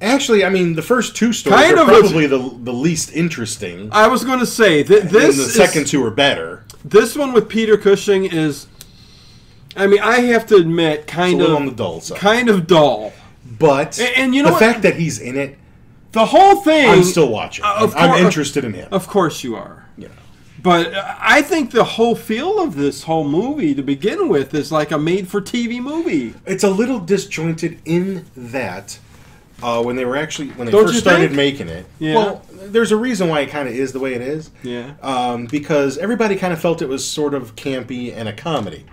Speaker 3: actually, I mean, the first two stories
Speaker 2: Kind
Speaker 3: are
Speaker 2: of a-
Speaker 3: probably the, the least interesting.
Speaker 2: I was going to say that
Speaker 3: and
Speaker 2: this
Speaker 3: the
Speaker 2: is-
Speaker 3: second two are better.
Speaker 2: this one with Peter Cushing is, I mean, I have to admit,
Speaker 3: It's a
Speaker 2: kind
Speaker 3: little
Speaker 2: of
Speaker 3: on the dull side.
Speaker 2: kind of dull.
Speaker 3: but
Speaker 2: A- and you know
Speaker 3: the
Speaker 2: what?
Speaker 3: fact that he's in it,
Speaker 2: The whole thing.
Speaker 3: I'm still watching.
Speaker 2: Uh, of
Speaker 3: I'm
Speaker 2: course-
Speaker 3: interested in him.
Speaker 2: Of course, you are.
Speaker 3: you know.
Speaker 2: But uh, I think the whole feel of this whole movie to begin with is like a made-for-TV movie.
Speaker 3: It's a little disjointed in that uh, when they were actually when they
Speaker 2: Don't you
Speaker 3: first started
Speaker 2: think?
Speaker 3: making it.
Speaker 2: Yeah.
Speaker 3: Well, there's a reason why it kind of is the way it is.
Speaker 2: Yeah.
Speaker 3: Um, because everybody kind of felt it was sort of campy and a comedy,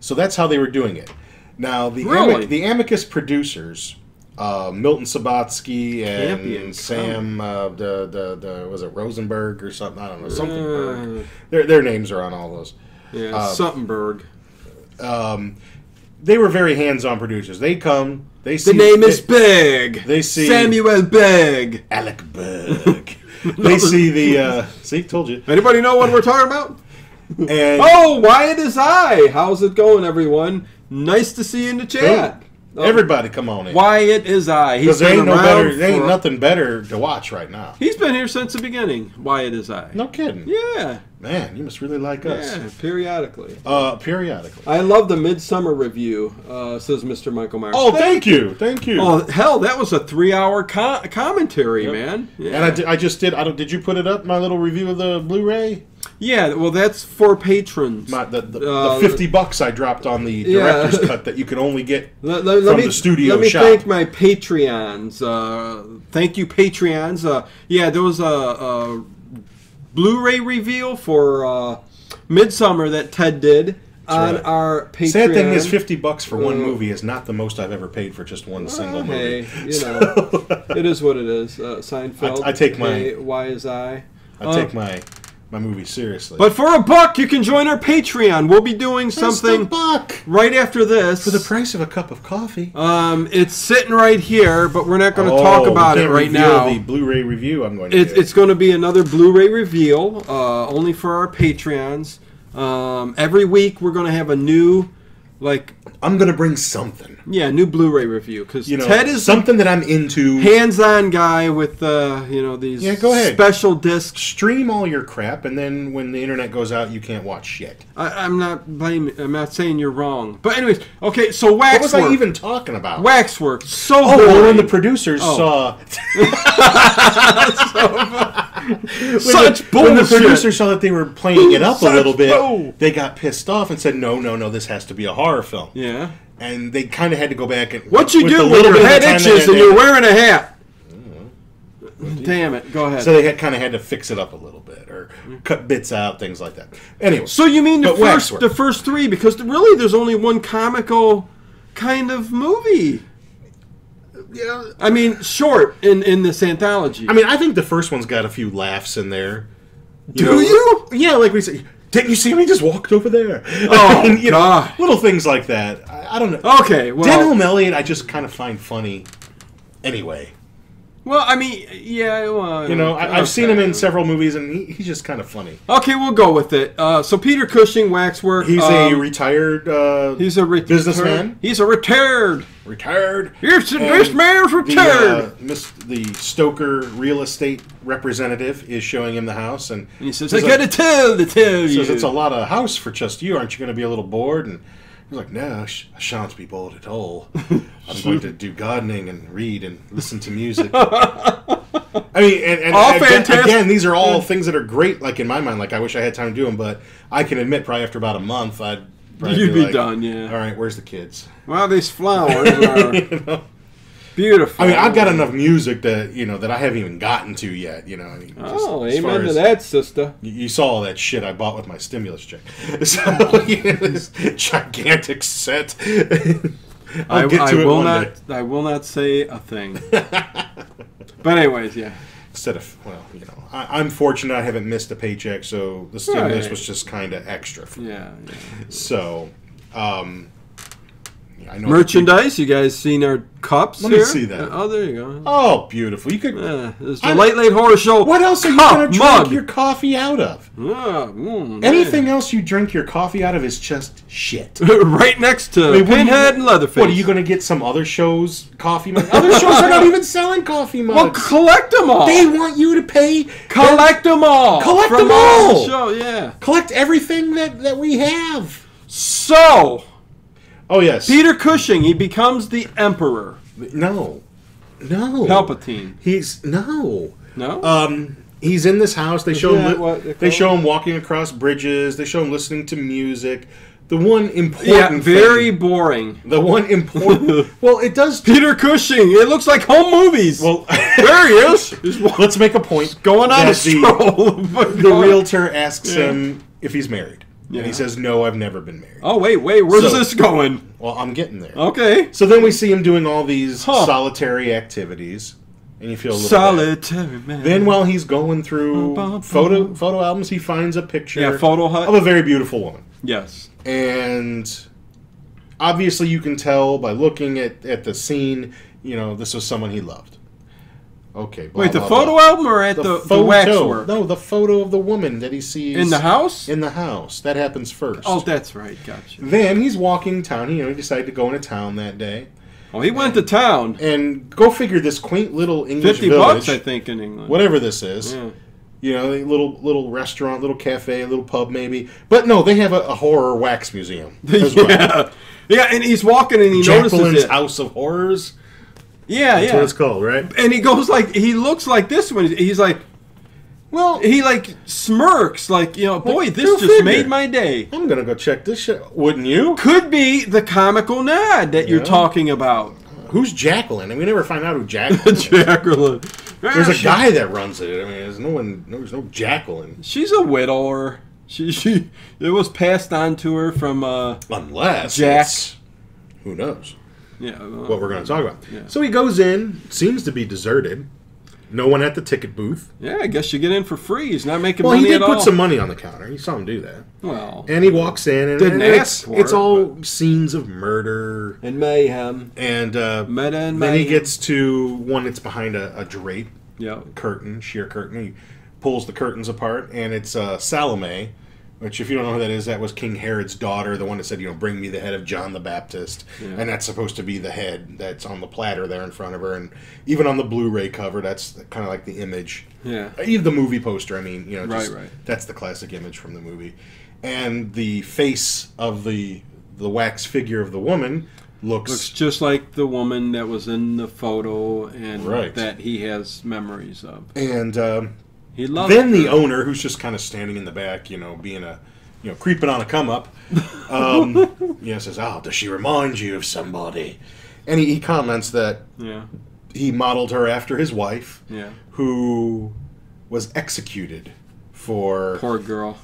Speaker 3: so that's how they were doing it. Now the
Speaker 2: Really?
Speaker 3: Amic- the Amicus producers, uh, Milton Sabotsky and
Speaker 2: Campy and
Speaker 3: Sam uh, the, the the was it Rosenberg or something I don't know something.
Speaker 2: Uh,
Speaker 3: Berg. Their their names are on all those.
Speaker 2: yeah,
Speaker 3: Uh,
Speaker 2: Suttenberg.
Speaker 3: Um, they were very hands-on producers. They come, they see
Speaker 2: The name is
Speaker 3: they-
Speaker 2: Big.
Speaker 3: they see-
Speaker 2: Samuel Big.
Speaker 3: Alec Berg.
Speaker 2: [LAUGHS]
Speaker 3: they see the uh, see, told you.
Speaker 2: Anybody know what we're talking about?
Speaker 3: And
Speaker 2: [LAUGHS] Oh, Wyatt is I. How's it going, everyone? Nice to see you in the chat. Oh,
Speaker 3: everybody, come on in
Speaker 2: Wyatt is I. He's
Speaker 3: because there
Speaker 2: been
Speaker 3: ain't no
Speaker 2: around
Speaker 3: better, there ain't
Speaker 2: for-
Speaker 3: nothing better to watch right now.
Speaker 2: He's been here since the beginning. Wyatt is I.
Speaker 3: No kidding,
Speaker 2: Yeah,
Speaker 3: man. You must really like us.
Speaker 2: yeah. Periodically,
Speaker 3: Uh, periodically.
Speaker 2: I love the midsummer review. Uh, says Mr. Michael Myers.
Speaker 3: Oh, thank you, thank you.
Speaker 2: Oh, hell, that was a three-hour co- commentary, man. Yeah.
Speaker 3: and I, di- I just did. I don't. Did you put it up? My little review of the Blu-ray.
Speaker 2: yeah, well, that's for patrons.
Speaker 3: My the, the,
Speaker 2: Uh,
Speaker 3: the fifty bucks I dropped on the
Speaker 2: Yeah.
Speaker 3: director's cut that you can only
Speaker 2: [LAUGHS]
Speaker 3: get.
Speaker 2: Let, let- let
Speaker 3: From
Speaker 2: me,
Speaker 3: the studio
Speaker 2: Let me
Speaker 3: shop.
Speaker 2: thank my Patreons. Uh, thank you, Patreons. Uh, yeah, there was a, a Blu-ray reveal for uh, Midsummer that Ted did on
Speaker 3: right.
Speaker 2: our Patreon.
Speaker 3: Sad thing is, fifty bucks for one
Speaker 2: Uh,
Speaker 3: movie is not the most I've ever paid for just one single
Speaker 2: Well, hey,
Speaker 3: movie.
Speaker 2: you know, it is what it is. Uh, Seinfeld.
Speaker 3: I- I take mine.
Speaker 2: Hey, Why is I?
Speaker 3: I
Speaker 2: Uh,
Speaker 3: take my my movie seriously.
Speaker 2: But for a buck, you can join our Patreon. We'll be doing something
Speaker 3: buck
Speaker 2: right after this.
Speaker 3: for the price of a cup of coffee.
Speaker 2: um, it's sitting right here, but we're not going to
Speaker 3: Oh,
Speaker 2: talk about it right now.
Speaker 3: The Blu-ray review I'm going to.
Speaker 2: It,
Speaker 3: do.
Speaker 2: it's going to be another Blu-ray reveal, uh, only for our Patreons. Um, every week we're going to have a new, like,
Speaker 3: I'm going to bring something.
Speaker 2: yeah, new Blu-ray review because
Speaker 3: You know,
Speaker 2: Ted is
Speaker 3: something that I'm into.
Speaker 2: a hands-on guy with, uh, you know, these
Speaker 3: Yeah, go ahead.
Speaker 2: special discs.
Speaker 3: Stream all your crap, and then when the internet goes out, you can't watch shit.
Speaker 2: I, I'm not blaming. I'm not saying you're wrong, but anyways, okay. So
Speaker 3: What was
Speaker 2: waxwork,
Speaker 3: I even talking about?
Speaker 2: waxwork, so
Speaker 3: oh, well, [LAUGHS]
Speaker 2: boring.
Speaker 3: when the producers
Speaker 2: Oh.
Speaker 3: saw.
Speaker 2: Such
Speaker 3: When the
Speaker 2: bullshit.
Speaker 3: producer saw that they were playing it up a
Speaker 2: Such
Speaker 3: little bit,
Speaker 2: bull.
Speaker 3: they got pissed off and said, "No, no, no, this has to be a horror film."
Speaker 2: Yeah.
Speaker 3: And they kind of had to go back and
Speaker 2: What you
Speaker 3: with the
Speaker 2: do when
Speaker 3: little bit
Speaker 2: your
Speaker 3: of
Speaker 2: head
Speaker 3: time that
Speaker 2: itches
Speaker 3: they-
Speaker 2: and you're wearing a hat? Damn it! Go ahead.
Speaker 3: so
Speaker 2: So,
Speaker 3: they had kind of had to fix it up a little bit or
Speaker 2: Mm-hmm.
Speaker 3: cut bits out, things like that. Anyway,
Speaker 2: you mean the
Speaker 3: But
Speaker 2: first
Speaker 3: Waxwork.
Speaker 2: the first three? Because th- really, there's only one comical kind of movie.
Speaker 3: yeah,
Speaker 2: I mean, short in in this anthology.
Speaker 3: I mean, I think the first one's got a few laughs in there.
Speaker 2: Do you?
Speaker 3: Yeah, like we say, didn't you see me just walked over there? [LAUGHS]
Speaker 2: Oh,
Speaker 3: And, you know,
Speaker 2: God.
Speaker 3: little things like that. I, I don't know.
Speaker 2: okay. Well,
Speaker 3: Denholm Elliott, I just kind of find funny. Anyway,
Speaker 2: well, I mean, yeah. Well,
Speaker 3: you know, I, I've seen him
Speaker 2: okay.
Speaker 3: in several movies, and he, he's just kind of funny.
Speaker 2: Okay, we'll go with it. Uh, so Peter Cushing, waxwork.
Speaker 3: He's a
Speaker 2: um,
Speaker 3: retired. Uh,
Speaker 2: he's a retired
Speaker 3: businessman.
Speaker 2: He's a retired.
Speaker 3: retired.
Speaker 2: Here's the-
Speaker 3: And
Speaker 2: this man's
Speaker 3: the,
Speaker 2: retired.
Speaker 3: uh, Miss- the Stoker real estate representative is showing him the house, and
Speaker 2: And he says, "I
Speaker 3: he's
Speaker 2: gotta tell the tell you."
Speaker 3: says it's a lot of house for just you. Aren't you going to be a little bored? And he's like, No, sh- I shan't be bored
Speaker 2: [LAUGHS]
Speaker 3: at all. I'm going to do gardening and read and listen
Speaker 2: [LAUGHS]
Speaker 3: to music. I mean, and, and
Speaker 2: All
Speaker 3: aga-
Speaker 2: fantastic.
Speaker 3: again, these are all things that are great. Like in my mind, like I wish I had time to do them, but I can admit, probably after about a month, I'd probably
Speaker 2: You'd be
Speaker 3: like,
Speaker 2: done, yeah.
Speaker 3: All right, where's the kids? [LAUGHS]
Speaker 2: Wow, these flowers are beautiful.
Speaker 3: I mean, I've got enough music that you know that I haven't even gotten to yet. You know, I mean, just
Speaker 2: Oh,
Speaker 3: as far
Speaker 2: amen to
Speaker 3: as-
Speaker 2: that, sister.
Speaker 3: You- You saw all that shit I bought with my stimulus check. [LAUGHS] So, you know, this gigantic set. [LAUGHS] I'll
Speaker 2: I,
Speaker 3: get to
Speaker 2: I
Speaker 3: it
Speaker 2: will
Speaker 3: one
Speaker 2: not.
Speaker 3: day.
Speaker 2: I will not say a thing.
Speaker 3: [LAUGHS]
Speaker 2: but anyways, yeah.
Speaker 3: Instead of, well, you know, I, I'm fortunate I haven't missed a paycheck, so the stimulus
Speaker 2: Right.
Speaker 3: was just kind of extra. For me.
Speaker 2: yeah, yeah.
Speaker 3: So, um, yeah, I know.
Speaker 2: Merchandise. You guys seen our cups?
Speaker 3: Let me
Speaker 2: here?
Speaker 3: see that.
Speaker 2: Oh, there you go.
Speaker 3: Oh, beautiful. You could.
Speaker 2: Yeah, it's the
Speaker 3: I'm-
Speaker 2: late late horror show.
Speaker 3: What else are you
Speaker 2: cup,
Speaker 3: going to drink
Speaker 2: Uh, mug.
Speaker 3: your coffee out of?
Speaker 2: Ah, mm,
Speaker 3: Anything else you drink your coffee out of is just
Speaker 2: [LAUGHS]
Speaker 3: shit.
Speaker 2: yeah. [LAUGHS] right next to
Speaker 3: I mean, what do you-
Speaker 2: Pinhead and Leatherface.
Speaker 3: What are you going to get some other shows coffee mugs? Other shows are not even selling coffee mugs.
Speaker 2: Well, collect them all.
Speaker 3: They want you to pay.
Speaker 2: collect them all.
Speaker 3: Collect
Speaker 2: from
Speaker 3: them
Speaker 2: the
Speaker 3: all.
Speaker 2: Show, yeah.
Speaker 3: collect everything that that we have.
Speaker 2: So
Speaker 3: Oh yes.
Speaker 2: Peter Cushing, he becomes the emperor.
Speaker 3: No, no.
Speaker 2: Palpatine.
Speaker 3: He's no.
Speaker 2: No.
Speaker 3: Um, he's in this house. They show
Speaker 2: that
Speaker 3: him.
Speaker 2: what
Speaker 3: Li-
Speaker 2: they
Speaker 3: they
Speaker 2: call
Speaker 3: show him walking across bridges. They show him listening to music. The one important.
Speaker 2: yeah, very
Speaker 3: thing-
Speaker 2: boring.
Speaker 3: the one
Speaker 2: [LAUGHS]
Speaker 3: important. well, it does.
Speaker 2: Peter Cushing. It looks like home movies.
Speaker 3: Well, [LAUGHS]
Speaker 2: there he is. He's wa-
Speaker 3: let's make a point.
Speaker 2: going on a
Speaker 3: that the,
Speaker 2: stroll.
Speaker 3: [LAUGHS] the realtor asks
Speaker 2: Yeah.
Speaker 3: him if he's married, and
Speaker 2: Yeah.
Speaker 3: he says, "No, I've never been married."
Speaker 2: Oh wait, wait. Where's
Speaker 3: So-
Speaker 2: this going?
Speaker 3: Well, I'm getting there.
Speaker 2: Okay.
Speaker 3: So then we see him doing all these
Speaker 2: Huh.
Speaker 3: solitary activities, and you feel a little bad.
Speaker 2: Solitary man.
Speaker 3: Then while he's going through
Speaker 2: Ba-ba-ba.
Speaker 3: photo photo albums, he finds a picture
Speaker 2: Yeah, photo hut.
Speaker 3: of a very beautiful woman,
Speaker 2: yes.
Speaker 3: and obviously you can tell by looking at at the scene, you know this was someone he loved. Okay. blah,
Speaker 2: Wait, the
Speaker 3: blah,
Speaker 2: photo
Speaker 3: blah.
Speaker 2: album or at the, the, waxwork
Speaker 3: No, the photo of the woman that he sees
Speaker 2: in the house?
Speaker 3: In the house, that happens first.
Speaker 2: oh, that's right. Gotcha.
Speaker 3: Then he's walking town. You know, he decided to go into town that day.
Speaker 2: Oh, he went to town.
Speaker 3: and go figure this quaint little English
Speaker 2: Fifty
Speaker 3: village,
Speaker 2: bucks, I think, in England.
Speaker 3: whatever this is.
Speaker 2: Yeah.
Speaker 3: You know, a little little restaurant, little cafe, little pub, maybe. But no, they have a, a horror wax museum as
Speaker 2: [LAUGHS]
Speaker 3: well.
Speaker 2: yeah. Yeah, and he's walking and he
Speaker 3: Jacqueline's
Speaker 2: notices it.
Speaker 3: House of Horrors.
Speaker 2: Yeah,
Speaker 3: That's what
Speaker 2: yeah.
Speaker 3: it's called, right?
Speaker 2: And he goes like he looks like this when he's like
Speaker 3: Well,
Speaker 2: he like smirks like you know boy
Speaker 3: Like,
Speaker 2: this
Speaker 3: go
Speaker 2: just
Speaker 3: figure.
Speaker 2: made my day.
Speaker 3: I'm gonna go check this shit. Wouldn't you?
Speaker 2: Could be the comical nod that you're
Speaker 3: Yeah.
Speaker 2: talking about. [LAUGHS]
Speaker 3: Who's Jacqueline? And we never find out who Jacqueline. is.
Speaker 2: Jacqueline.
Speaker 3: There's a guy that runs it. I mean, there's no one. There's no Jacqueline
Speaker 2: She's a widower. She she it was passed on to her from uh
Speaker 3: unless
Speaker 2: Jack.
Speaker 3: it's- Who knows?
Speaker 2: yeah.
Speaker 3: what we're going to talk about.
Speaker 2: Yeah.
Speaker 3: So he goes in, seems to be deserted. No one at the ticket booth.
Speaker 2: Yeah, I guess you get in for free. He's not making
Speaker 3: Well,
Speaker 2: money
Speaker 3: he did
Speaker 2: at
Speaker 3: put
Speaker 2: all.
Speaker 3: some money on the counter. You saw him do that.
Speaker 2: well,
Speaker 3: And he walks in, and,
Speaker 2: Didn't
Speaker 3: and
Speaker 2: ask
Speaker 3: it's,
Speaker 2: for
Speaker 3: it's
Speaker 2: it,
Speaker 3: all scenes of murder.
Speaker 2: and mayhem.
Speaker 3: And uh,
Speaker 2: Meta and
Speaker 3: then he
Speaker 2: mayhem.
Speaker 3: gets to one that's behind a, a drape
Speaker 2: yeah.
Speaker 3: curtain, sheer curtain. He pulls the curtains apart, and it's uh, Salome. Which, if you don't know who that is, that was King Herod's daughter, the one that said, you know, bring me the head of John the Baptist.
Speaker 2: Yeah.
Speaker 3: And that's supposed to be the head that's on the platter there in front of her. And even on the Blu ray cover, that's kind of like the image.
Speaker 2: Yeah.
Speaker 3: Even the movie poster, I mean, you know, just,
Speaker 2: Right, right.
Speaker 3: that's the classic image from the movie. And the face of the the wax figure of the woman looks,
Speaker 2: Looks just like the woman that was in the photo and
Speaker 3: Right.
Speaker 2: that he has memories of.
Speaker 3: and um,
Speaker 2: He loved
Speaker 3: Then the owner, who's just kind of standing in the back, you know, being a, you know, creeping on a come up, um, you know, says, "Oh, does she remind you of somebody?" And he, he comments that
Speaker 2: it. Yeah.
Speaker 3: he modeled her after his wife,
Speaker 2: Yeah.
Speaker 3: who was executed for
Speaker 2: Poor girl.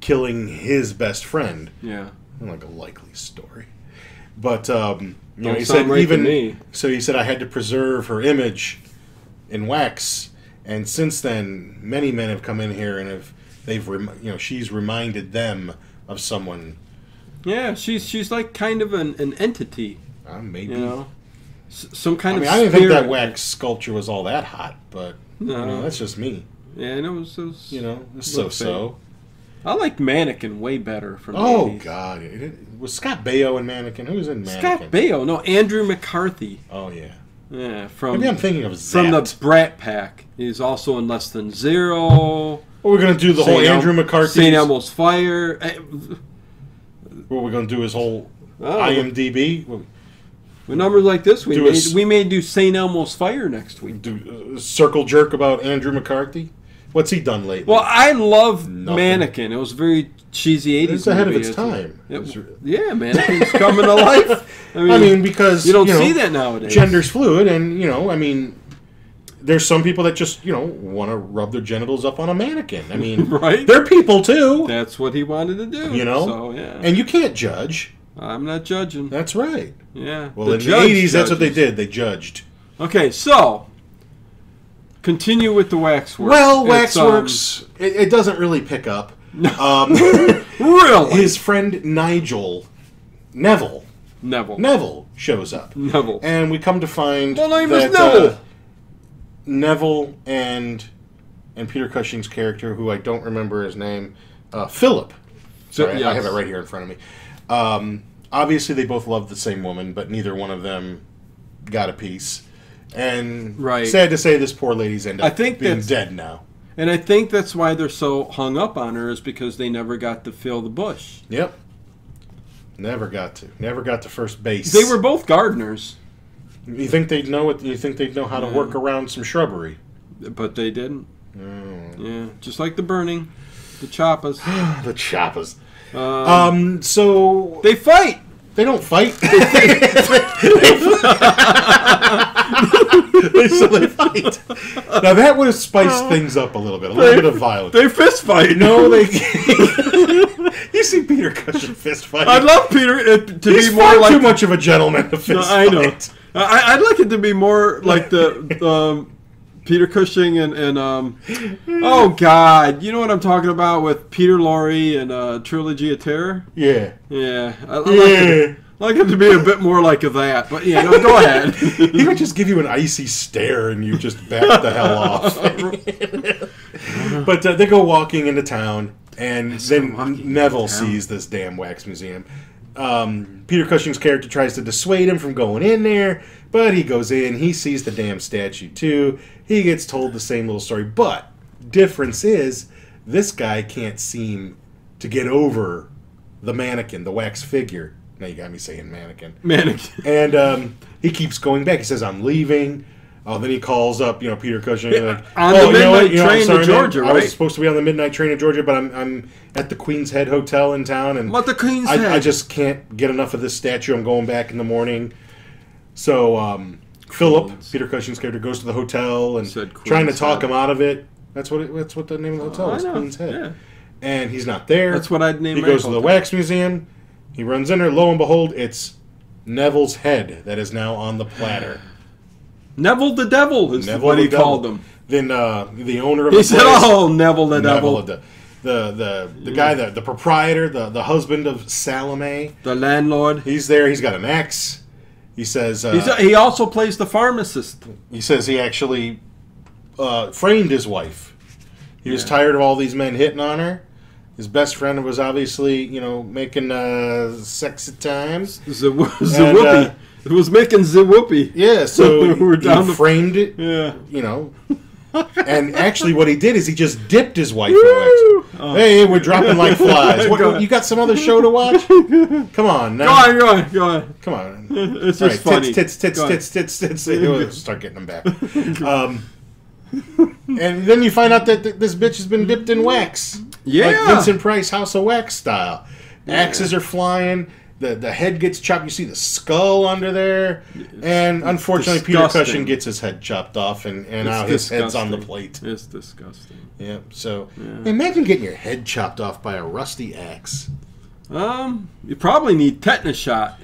Speaker 3: killing his best friend.
Speaker 2: Yeah.
Speaker 3: Like a likely story, but um, you know,
Speaker 2: Don't
Speaker 3: he
Speaker 2: sound
Speaker 3: said
Speaker 2: right to
Speaker 3: even
Speaker 2: me.
Speaker 3: so. He said I had to preserve her image in wax, and since then, many men have come in here and have they've rem- you know she's reminded them of someone.
Speaker 2: Yeah, she's she's like kind of an, an entity,
Speaker 3: Uh, maybe
Speaker 2: you know, S- some
Speaker 3: I
Speaker 2: kind
Speaker 3: mean
Speaker 2: of.
Speaker 3: I didn't think that
Speaker 2: spirit.
Speaker 3: wax sculpture was all that hot, but you know,
Speaker 2: No.
Speaker 3: that's just me.
Speaker 2: Yeah, and it was, it was-
Speaker 3: You know, it's so
Speaker 2: Look,
Speaker 3: so.
Speaker 2: I like Mannequin way better from. the
Speaker 3: Oh
Speaker 2: 80s.
Speaker 3: God! It, it was Scott Baio in Mannequin. Who was in Mannequin?
Speaker 2: Scott Baio, no, Andrew McCarthy.
Speaker 3: Oh yeah.
Speaker 2: Yeah, from
Speaker 3: Maybe I'm thinking of
Speaker 2: from
Speaker 3: Zapped.
Speaker 2: the Brat Pack. He's also in Less Than Zero.
Speaker 3: What we're gonna do the whole
Speaker 2: Saint El-
Speaker 3: Andrew McCarthy.
Speaker 2: Saint Elmo's Fire. Eh,
Speaker 3: What we're gonna do his whole
Speaker 2: Oh,
Speaker 3: IMDb. We'll
Speaker 2: With numbers like this, we
Speaker 3: Do a
Speaker 2: may,
Speaker 3: s-
Speaker 2: we may do Saint Elmo's Fire next week.
Speaker 3: do uh, circle jerk about Andrew McCarthy. What's he done lately?
Speaker 2: Well, I love
Speaker 3: Nothing.
Speaker 2: Mannequin. It was a very cheesy '80s.
Speaker 3: it was ahead of
Speaker 2: movie.
Speaker 3: its time.
Speaker 2: It-
Speaker 3: It's-
Speaker 2: yeah, Mannequin's coming
Speaker 3: [LAUGHS]
Speaker 2: to life. I mean,
Speaker 3: I mean, because
Speaker 2: you don't
Speaker 3: know,
Speaker 2: see that nowadays. [LAUGHS]
Speaker 3: Gender's fluid, and you know, I mean, there's some people that just you know want to rub their genitals up on a mannequin. I mean,
Speaker 2: [LAUGHS] Right.
Speaker 3: They're people too,
Speaker 2: That's what he wanted to do.
Speaker 3: you know.
Speaker 2: So yeah,
Speaker 3: And you can't judge.
Speaker 2: I'm not judging.
Speaker 3: That's right.
Speaker 2: Yeah.
Speaker 3: Well,
Speaker 2: The
Speaker 3: in the
Speaker 2: judge
Speaker 3: 80s, that's what they
Speaker 2: judges.
Speaker 3: did. They judged.
Speaker 2: Okay, so continue with the waxwork.
Speaker 3: Well,
Speaker 2: It's, um,
Speaker 3: Waxworks, it, it doesn't really
Speaker 2: [LAUGHS]
Speaker 3: pick up. Um,
Speaker 2: really,
Speaker 3: his friend Nigel, Neville,
Speaker 2: Neville.
Speaker 3: Neville shows up.
Speaker 2: Neville.
Speaker 3: And we come to find
Speaker 2: My name is
Speaker 3: that
Speaker 2: Neville.
Speaker 3: uh, Neville and and Peter Cushing's character, who I don't remember his name, uh, Philip. Sorry, I- I have it
Speaker 2: yes.
Speaker 3: right here in front of me. Um, obviously, they both love the same woman, but neither one of them got a piece. And
Speaker 2: Right.
Speaker 3: sad to say, this poor lady's ended
Speaker 2: I
Speaker 3: up
Speaker 2: think
Speaker 3: being
Speaker 2: that's-
Speaker 3: dead now.
Speaker 2: And I think that's why they're so hung up on her is because they never got to fill the bush.
Speaker 3: Yep. Never got to. Never got to first base.
Speaker 2: They were both gardeners,
Speaker 3: You think they'd know it? You think they'd know how to work around some shrubbery?
Speaker 2: but they didn't.
Speaker 3: Mm.
Speaker 2: Yeah, just like the burning, [SIGHS] the
Speaker 3: [GASPS]
Speaker 2: choppas.
Speaker 3: the choppas.
Speaker 2: Uh,
Speaker 3: Um. So
Speaker 2: they fight.
Speaker 3: they don't fight. [LAUGHS] so they fight. Now that would have spiced things up a little bit. A little bit of violence.
Speaker 2: Oh. They fist fight.
Speaker 3: no,
Speaker 2: [LAUGHS]
Speaker 3: they. [LAUGHS] you see Peter Cushing fist fight.
Speaker 2: I'd love Peter it, to
Speaker 3: He's
Speaker 2: be more
Speaker 3: far
Speaker 2: like [LAUGHS]
Speaker 3: too much of a gentleman to fist
Speaker 2: No, I know.
Speaker 3: fight.
Speaker 2: I, I'd like it to be more like the um, Peter Cushing and, and
Speaker 3: [GASPS]
Speaker 2: um, oh god, you know what I'm talking about with Peter Lorre and uh, Trilogy of Terror.
Speaker 3: Yeah.
Speaker 2: Yeah, I, I like,
Speaker 3: Yeah.
Speaker 2: it, like it to be a bit more like that. But yeah, no, go ahead. [LAUGHS]
Speaker 3: [LAUGHS] He would just give you an icy stare and you just back the hell off. but uh, they go walking into town, and
Speaker 2: walking
Speaker 3: then
Speaker 2: into
Speaker 3: Neville
Speaker 2: town.
Speaker 3: sees this damn wax museum. Um, Peter Cushing's character tries to dissuade him from going in there, but he goes in. He sees the damn statue too. He gets told the same little story, but difference is this guy can't seem to get over the mannequin, the wax figure. Now you got me saying mannequin.
Speaker 2: Mannequin.
Speaker 3: And um, he keeps going back. He says, "I'm leaving." Oh, then he calls up, you know, Peter Cushing. Like,
Speaker 2: on
Speaker 3: oh,
Speaker 2: the
Speaker 3: you know what?
Speaker 2: midnight
Speaker 3: You know, I'm
Speaker 2: train to
Speaker 3: sorry, man.
Speaker 2: Georgia,
Speaker 3: I was
Speaker 2: right?"
Speaker 3: supposed to be on the midnight train to Georgia, but I'm, I'm at the Queen's Head Hotel in town, and
Speaker 2: What the Queen's
Speaker 3: I,
Speaker 2: Head?
Speaker 3: I just can't get enough of this statue. I'm going back in the morning. So um, Philip,
Speaker 2: Queen's.
Speaker 3: Peter Cushing's character, goes to the hotel and
Speaker 2: Said Queen's
Speaker 3: trying to talk
Speaker 2: Head.
Speaker 3: him out of it. That's what it, that's what the name of the hotel
Speaker 2: Oh, I
Speaker 3: is,
Speaker 2: know.
Speaker 3: Queen's Head.
Speaker 2: Yeah.
Speaker 3: And he's not there.
Speaker 2: That's what I'd name
Speaker 3: He
Speaker 2: my
Speaker 3: goes to the
Speaker 2: hotel.
Speaker 3: wax museum. He runs in there. Lo and behold, it's Neville's head that is now on
Speaker 2: [SIGHS]
Speaker 3: the platter.
Speaker 2: Neville the Devil is
Speaker 3: Neville
Speaker 2: what
Speaker 3: the
Speaker 2: he
Speaker 3: devil.
Speaker 2: called him.
Speaker 3: Then uh, the owner of
Speaker 2: He
Speaker 3: the
Speaker 2: said,
Speaker 3: place,
Speaker 2: "Oh, Neville the
Speaker 3: Neville,
Speaker 2: Devil,
Speaker 3: the the the, the guy, the, the proprietor, the, the husband of Salome.
Speaker 2: the landlord."
Speaker 3: He's there. He's got an axe. He says uh,
Speaker 2: He's, he also plays the pharmacist.
Speaker 3: he says he actually uh, framed his wife. He was
Speaker 2: Yeah.
Speaker 3: tired of all these men hitting on her. His best friend was obviously, you know, making uh, sex at times.
Speaker 2: The,
Speaker 3: And, uh,
Speaker 2: whoopee. It was making the whoopee. [LAUGHS]
Speaker 3: Yeah, so
Speaker 2: We're down
Speaker 3: he
Speaker 2: to-
Speaker 3: framed it,
Speaker 2: Yeah. [LAUGHS]
Speaker 3: you know. and actually, what he did is he just dipped his wife in
Speaker 2: Woo! Oh.
Speaker 3: wax. Hey, we're dropping like flies. What,
Speaker 2: Go on.
Speaker 3: you got some other show to watch?
Speaker 2: [LAUGHS]
Speaker 3: Come on,
Speaker 2: Go
Speaker 3: now.
Speaker 2: on, go on, go on.
Speaker 3: Come on.
Speaker 2: It's [LAUGHS]
Speaker 3: All
Speaker 2: just
Speaker 3: right,
Speaker 2: funny.
Speaker 3: Tits, tits,
Speaker 2: Go on. [LAUGHS]
Speaker 3: tits, tits, tits, tits. They do it. Start getting them back. Um, and then you find out that th- this bitch has been dipped in wax.
Speaker 2: Yeah.
Speaker 3: Like Vincent Price, House of Wax style. Axes are flying. The, the head gets chopped. You see the skull under there. and unfortunately, Peter
Speaker 2: disgusting.
Speaker 3: Cushing gets his head chopped off, and,
Speaker 2: It's
Speaker 3: and now his head's on the
Speaker 2: disgusting.
Speaker 3: plate.
Speaker 2: It's disgusting.
Speaker 3: Yeah, so imagine getting your head chopped off by a rusty axe.
Speaker 2: Um, you probably need tetanus shot,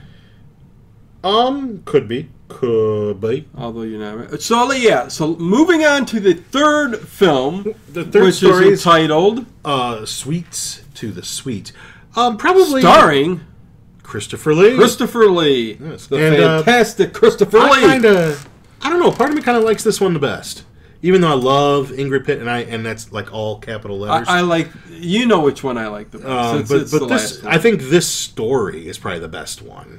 Speaker 3: Um, could be. Could be.
Speaker 2: although you're not. So yeah. So moving on to the third film,
Speaker 3: The third
Speaker 2: which
Speaker 3: story
Speaker 2: is
Speaker 3: is
Speaker 2: entitled
Speaker 3: uh, Sweets to the Sweet. Um, probably
Speaker 2: "Starring
Speaker 3: Christopher Lee.
Speaker 2: Christopher Lee."
Speaker 3: Yes.
Speaker 2: The
Speaker 3: And, uh,
Speaker 2: fantastic Christopher
Speaker 3: I
Speaker 2: Lee.
Speaker 3: kind of, I don't know. Part of me kind of likes this one the best, even though I love Ingrid Pitt, and I and that's like all capital letters.
Speaker 2: I, I like. You know which one I like the best.
Speaker 3: Um,
Speaker 2: it's,
Speaker 3: but
Speaker 2: it's the
Speaker 3: but this,
Speaker 2: last one.
Speaker 3: I think this story is probably the best one.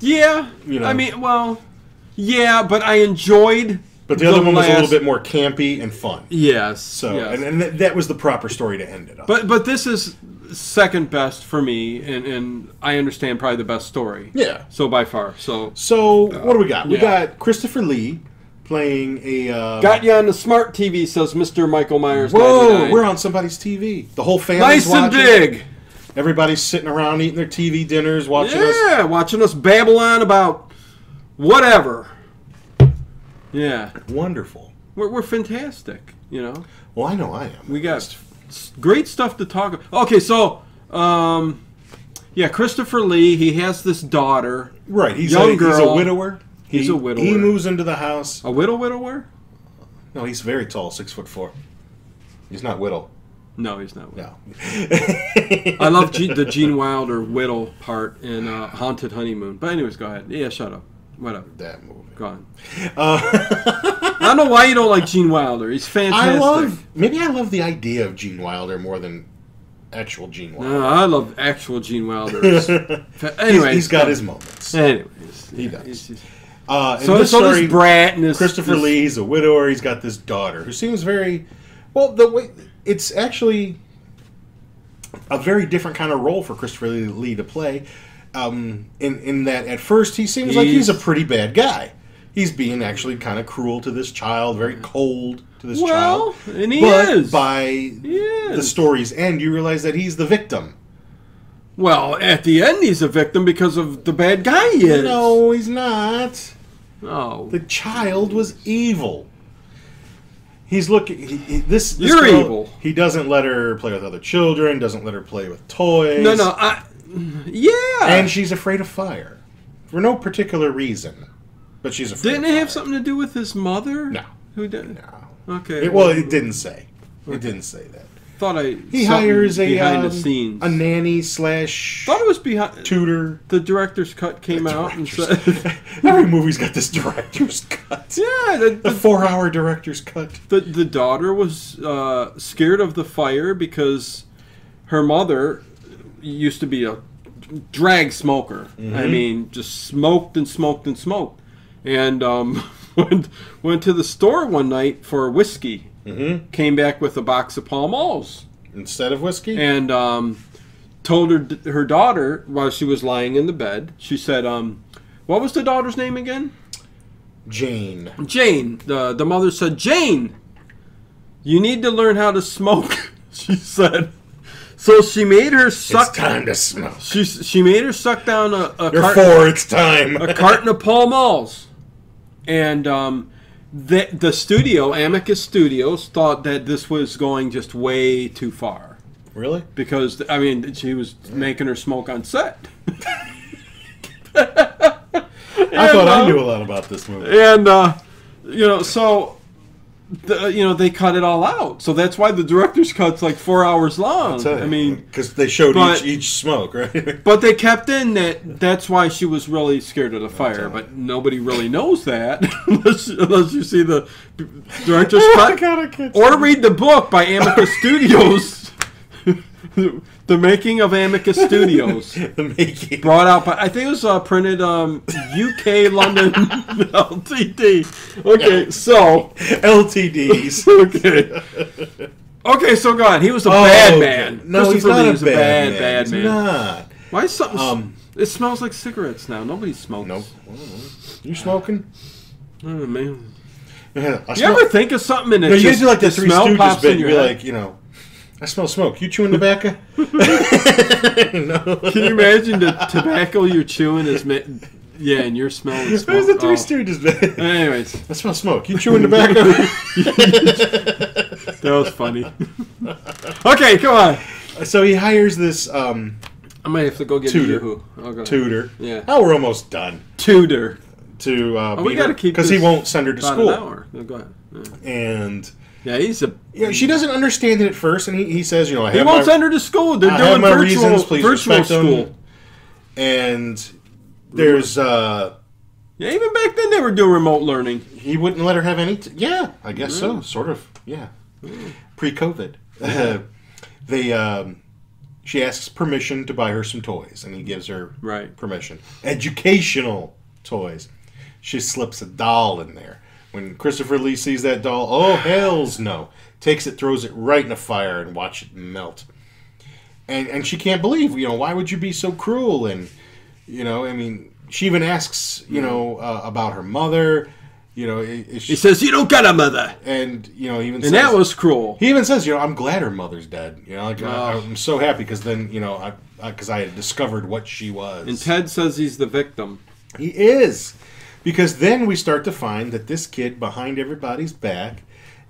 Speaker 2: Yeah,
Speaker 3: You know.
Speaker 2: I mean, well, yeah, but I enjoyed.
Speaker 3: But the, other one was a little
Speaker 2: last-
Speaker 3: bit more campy and fun.
Speaker 2: Yes.
Speaker 3: So,
Speaker 2: yes.
Speaker 3: and, and that- that was the proper story to end it on.
Speaker 2: but but this is second best for me, and and I understand probably the best story.
Speaker 3: yeah.
Speaker 2: So by far, so
Speaker 3: So what do we got? We
Speaker 2: yeah.
Speaker 3: got Christopher Lee playing a. Uh,
Speaker 2: got you on the smart TV, says Mister Michael Myers.
Speaker 3: Whoa,
Speaker 2: 99.
Speaker 3: we're on somebody's TV. The whole family's
Speaker 2: nice and
Speaker 3: watching.
Speaker 2: big.
Speaker 3: Everybody's sitting around eating their TV dinners, watching us
Speaker 2: yeah, watching us babble on about whatever. Yeah,
Speaker 3: Wonderful.
Speaker 2: we're we're fantastic. You know.
Speaker 3: Well, I know I am.
Speaker 2: We got s- great stuff to talk about. Okay, so um yeah, Christopher Lee, he has this daughter,
Speaker 3: right. He's,
Speaker 2: young
Speaker 3: a, he's a
Speaker 2: girl.
Speaker 3: widower.
Speaker 2: He's
Speaker 3: He-
Speaker 2: a widower.
Speaker 3: He moves into the house.
Speaker 2: a widow widower?
Speaker 3: No, he's very tall, six foot four. He's not whittle.
Speaker 2: No, he's not.
Speaker 3: [LAUGHS]
Speaker 2: widow.
Speaker 3: No.
Speaker 2: I love G-
Speaker 3: [LAUGHS]
Speaker 2: the Gene Wilder widow part in uh, Haunted Honeymoon. But anyways, go ahead. Yeah, shut up. Whatever.
Speaker 3: that movie.
Speaker 2: Go on. [LAUGHS]
Speaker 3: Uh,
Speaker 2: I don't know why you don't like Gene Wilder. He's
Speaker 3: I
Speaker 2: fantastic.
Speaker 3: love. Maybe I love the idea of Gene Wilder more than actual Gene Wilder.
Speaker 2: No, I love actual Gene
Speaker 3: [LAUGHS]
Speaker 2: Wilder. It's fa- anyways,
Speaker 3: he's got
Speaker 2: go-
Speaker 3: his moments.
Speaker 2: Anyways, he
Speaker 3: does.
Speaker 2: Just,
Speaker 3: Uh, in
Speaker 2: so
Speaker 3: this
Speaker 2: so
Speaker 3: story-
Speaker 2: this brat and this
Speaker 3: Christopher
Speaker 2: this-
Speaker 3: Lee, he's a widower. He's got this daughter who seems very, well. The way it's actually a very different kind of role for Christopher Lee to play. Um, in in that, at first, he seems like he's a
Speaker 2: He's-
Speaker 3: pretty bad guy. He's being actually kind of cruel to this child, very cold to this
Speaker 2: Well,
Speaker 3: child.
Speaker 2: and he
Speaker 3: but
Speaker 2: is.
Speaker 3: by the
Speaker 2: is.
Speaker 3: story's end, you realize that he's the victim.
Speaker 2: Well, at the end, he's a victim because of the bad guy he is.
Speaker 3: No, he's not.
Speaker 2: Oh.
Speaker 3: The child was evil. He's looking. He, he, this, this
Speaker 2: You're
Speaker 3: girl-
Speaker 2: evil.
Speaker 3: He doesn't let her play with other children. Doesn't let her play with toys.
Speaker 2: no, no. I, yeah.
Speaker 3: And she's afraid of fire, for no particular reason. But she's afraid.
Speaker 2: Didn't
Speaker 3: of
Speaker 2: it have
Speaker 3: fire.
Speaker 2: something to do with his mother?
Speaker 3: No.
Speaker 2: Who did?
Speaker 3: No.
Speaker 2: Okay.
Speaker 3: It, well, it didn't say. It didn't say that.
Speaker 2: thought I.
Speaker 3: He
Speaker 2: something
Speaker 3: hires a
Speaker 2: behind
Speaker 3: um,
Speaker 2: the scenes.
Speaker 3: a nanny slash
Speaker 2: thought it was behind.
Speaker 3: tutor.
Speaker 2: The director's cut came out and said, [LAUGHS]
Speaker 3: Director's- Every movie's got this director's cut.
Speaker 2: "Yeah, the,
Speaker 3: The
Speaker 2: the,
Speaker 3: four-hour director's cut.
Speaker 2: the, the daughter was uh, scared of the fire because her mother used to be a drag smoker. I mean, just smoked and smoked and smoked. And um, [LAUGHS] went, went to the store one night for whiskey. Mm-hmm. Came back with a box of Pall Malls
Speaker 3: Instead of whiskey.
Speaker 2: and um, told her her daughter while she was lying in the bed. She said, um, "What was the daughter's name again?"
Speaker 3: Jane.
Speaker 2: Jane, the, the mother said, Jane, you need to learn how to smoke, [LAUGHS] she said. So she made her
Speaker 3: It's
Speaker 2: suck.
Speaker 3: time to smoke.
Speaker 2: She, she made her suck down a, a,
Speaker 3: You're
Speaker 2: carton,
Speaker 3: four. It's time.
Speaker 2: a carton of Pall Malls. And um, the, the studio, Amicus Studios, thought that this was going just way too far.
Speaker 3: really?
Speaker 2: Because, I mean, she was making her smoke on set.
Speaker 3: I thought I
Speaker 2: well-
Speaker 3: knew a lot about this movie.
Speaker 2: and uh, you know, so the, you know they cut it all out. So that's why the director's cut's like four hours long. I mean,
Speaker 3: because they showed
Speaker 2: but-
Speaker 3: each each smoke, right? [LAUGHS]
Speaker 2: but they kept in that. That's why she was really scared of the fire. But nobody really knows that [LAUGHS] unless, unless you see the director's cut or read the book by Amicus Studios. [LAUGHS] the making of Amicus Studios.
Speaker 3: the making.
Speaker 2: brought out by I think it was uh, printed um, UK London [LAUGHS] LTD. Okay, so
Speaker 3: LTDs.
Speaker 2: okay, okay, so go on. He was a [LAUGHS] bad man.
Speaker 3: Oh, No, he's
Speaker 2: Christopher
Speaker 3: not
Speaker 2: Lee
Speaker 3: a
Speaker 2: was
Speaker 3: bad, man.
Speaker 2: bad
Speaker 3: He's
Speaker 2: man.
Speaker 3: Not.
Speaker 2: Why is something?
Speaker 3: Um,
Speaker 2: it smells like cigarettes now. Nobody smokes.
Speaker 3: Nope. You smoking?
Speaker 2: Oh, man.
Speaker 3: I
Speaker 2: You
Speaker 3: smell-
Speaker 2: ever think of something and it
Speaker 3: No, you
Speaker 2: just
Speaker 3: guys do like the
Speaker 2: the
Speaker 3: Three
Speaker 2: smell
Speaker 3: Stooges
Speaker 2: pops
Speaker 3: bit.
Speaker 2: in
Speaker 3: You're
Speaker 2: your
Speaker 3: like, you know, I smell smoke. You chewing
Speaker 2: [LAUGHS]
Speaker 3: tobacco? [LAUGHS] no.
Speaker 2: Can you imagine
Speaker 3: [LAUGHS]
Speaker 2: the tobacco you're chewing is ma- yeah, and you're smelling smoke.
Speaker 3: Where's the Three
Speaker 2: Oh.
Speaker 3: Stooges bit?
Speaker 2: Anyways,
Speaker 3: I smell smoke. You chewing tobacco?
Speaker 2: [LAUGHS] that was funny. [LAUGHS] okay, come on.
Speaker 3: so he hires this um,
Speaker 2: I might have to go get
Speaker 3: Tutor.
Speaker 2: a Yahoo. I'll go.
Speaker 3: tutor.
Speaker 2: Yeah.
Speaker 3: Oh, we're almost done.
Speaker 2: Tutor.
Speaker 3: To uh,
Speaker 2: Oh, we gotta keep
Speaker 3: because he
Speaker 2: this
Speaker 3: won't send her to
Speaker 2: About an
Speaker 3: school.
Speaker 2: hour. No, go ahead. Yeah.
Speaker 3: And
Speaker 2: Yeah, he's a.
Speaker 3: you know, she doesn't understand it at first, and he, he says, you know, I
Speaker 2: He
Speaker 3: have
Speaker 2: won't
Speaker 3: my,
Speaker 2: send her to school. They're
Speaker 3: I have
Speaker 2: doing
Speaker 3: my
Speaker 2: virtual
Speaker 3: reasons. Please
Speaker 2: virtual
Speaker 3: respect them.
Speaker 2: school.
Speaker 3: And there's uh,
Speaker 2: Yeah, even back then they were doing remote learning.
Speaker 3: he wouldn't let her have any. T- yeah, I guess so. Sort of. Yeah. Pre-COVID, [LAUGHS] they um, she asks permission to buy her some toys, and he gives her
Speaker 2: Right.
Speaker 3: permission. Educational toys. She slips a doll in there. When Christopher Lee sees that doll, oh hell's no! Takes it, throws it right in the fire, and watch it melt. And and she can't believe, you know, why would you be so cruel? And you know, I mean, she even asks, you
Speaker 2: Mm.
Speaker 3: know, uh, about her mother. You know, i- is
Speaker 2: He
Speaker 3: she,
Speaker 2: says, "You don't got a mother,"
Speaker 3: and you know, even
Speaker 2: and
Speaker 3: says,
Speaker 2: that was cruel.
Speaker 3: he even says, you know, I'm glad her mother's dead. You know, like, I,
Speaker 2: Oh.
Speaker 3: I'm so happy because then, you know, I because I, had discovered what she was.
Speaker 2: And Ted says he's the victim.
Speaker 3: He is. Because then we start to find that this kid behind everybody's back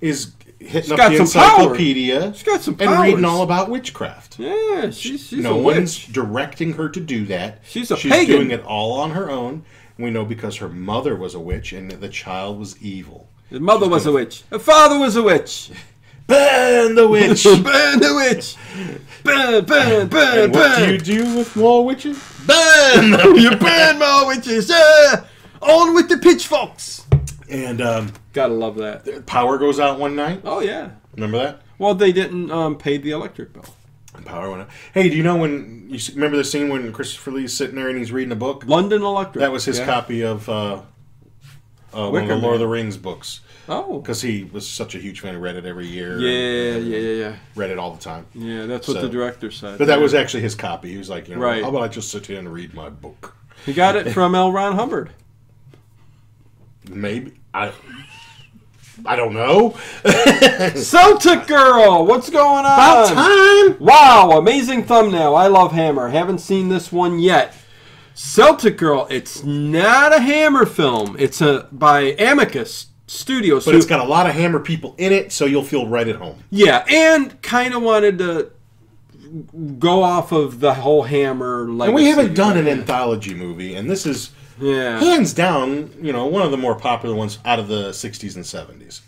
Speaker 3: is hitting up
Speaker 2: got
Speaker 3: the
Speaker 2: some power.
Speaker 3: encyclopedia
Speaker 2: She's got some
Speaker 3: and reading
Speaker 2: powers.
Speaker 3: all about witchcraft.
Speaker 2: Yeah, she's she's
Speaker 3: no
Speaker 2: a
Speaker 3: one's
Speaker 2: witch.
Speaker 3: directing her to do that.
Speaker 2: She's a
Speaker 3: She's
Speaker 2: pagan.
Speaker 3: doing it all on her own. We know because her mother was a witch and the child was evil.
Speaker 2: His mother was a witch. Her father was a
Speaker 3: [LAUGHS]
Speaker 2: witch.
Speaker 3: Burn the
Speaker 2: [LAUGHS]
Speaker 3: witch!
Speaker 2: burn the witch. Burn, burn, burn,
Speaker 3: and what do
Speaker 2: [LAUGHS]
Speaker 3: you
Speaker 2: burn.
Speaker 3: do with more witches?
Speaker 2: burn. you burn more witches. Uh, on with the pitchforks.
Speaker 3: And um,
Speaker 2: Gotta love that.
Speaker 3: power goes out one night.
Speaker 2: Oh yeah.
Speaker 3: Remember that?
Speaker 2: Well, they didn't um, pay the electric bill.
Speaker 3: Power went out. Hey, do you know when you s- remember the scene when Christopher Lee's sitting there and he's reading a book?
Speaker 2: London Electric.
Speaker 3: That was his
Speaker 2: yeah.
Speaker 3: copy of uh, uh, one of the
Speaker 2: Wicker
Speaker 3: Lord
Speaker 2: Man.
Speaker 3: of the Rings books
Speaker 2: Oh.
Speaker 3: because he was such a huge fan. He read it every year.
Speaker 2: Yeah, yeah, yeah, yeah.
Speaker 3: read it all the time.
Speaker 2: Yeah, that's what
Speaker 3: So-
Speaker 2: the director said.
Speaker 3: But that was actually his copy. He was like, you know,
Speaker 2: Right.
Speaker 3: how about I just sit here and read my book?
Speaker 2: He got it from L. Ron Hubbard.
Speaker 3: Maybe I. I don't know. [LAUGHS]
Speaker 2: Celtic Girl, what's going on?
Speaker 3: time.
Speaker 2: Wow, amazing thumbnail. I love Hammer. Haven't seen this one yet. Celtic Girl, it's not a Hammer film. It's a by Amicus Studios.
Speaker 3: But
Speaker 2: who-
Speaker 3: it's got a lot of Hammer people in it, so you'll feel right at home.
Speaker 2: yeah, and kind of wanted to go off of the whole Hammer legacy.
Speaker 3: And we haven't done an anthology movie, and this is
Speaker 2: Yeah,
Speaker 3: hands down, you know, one of the more popular ones out of the '60s and '70s.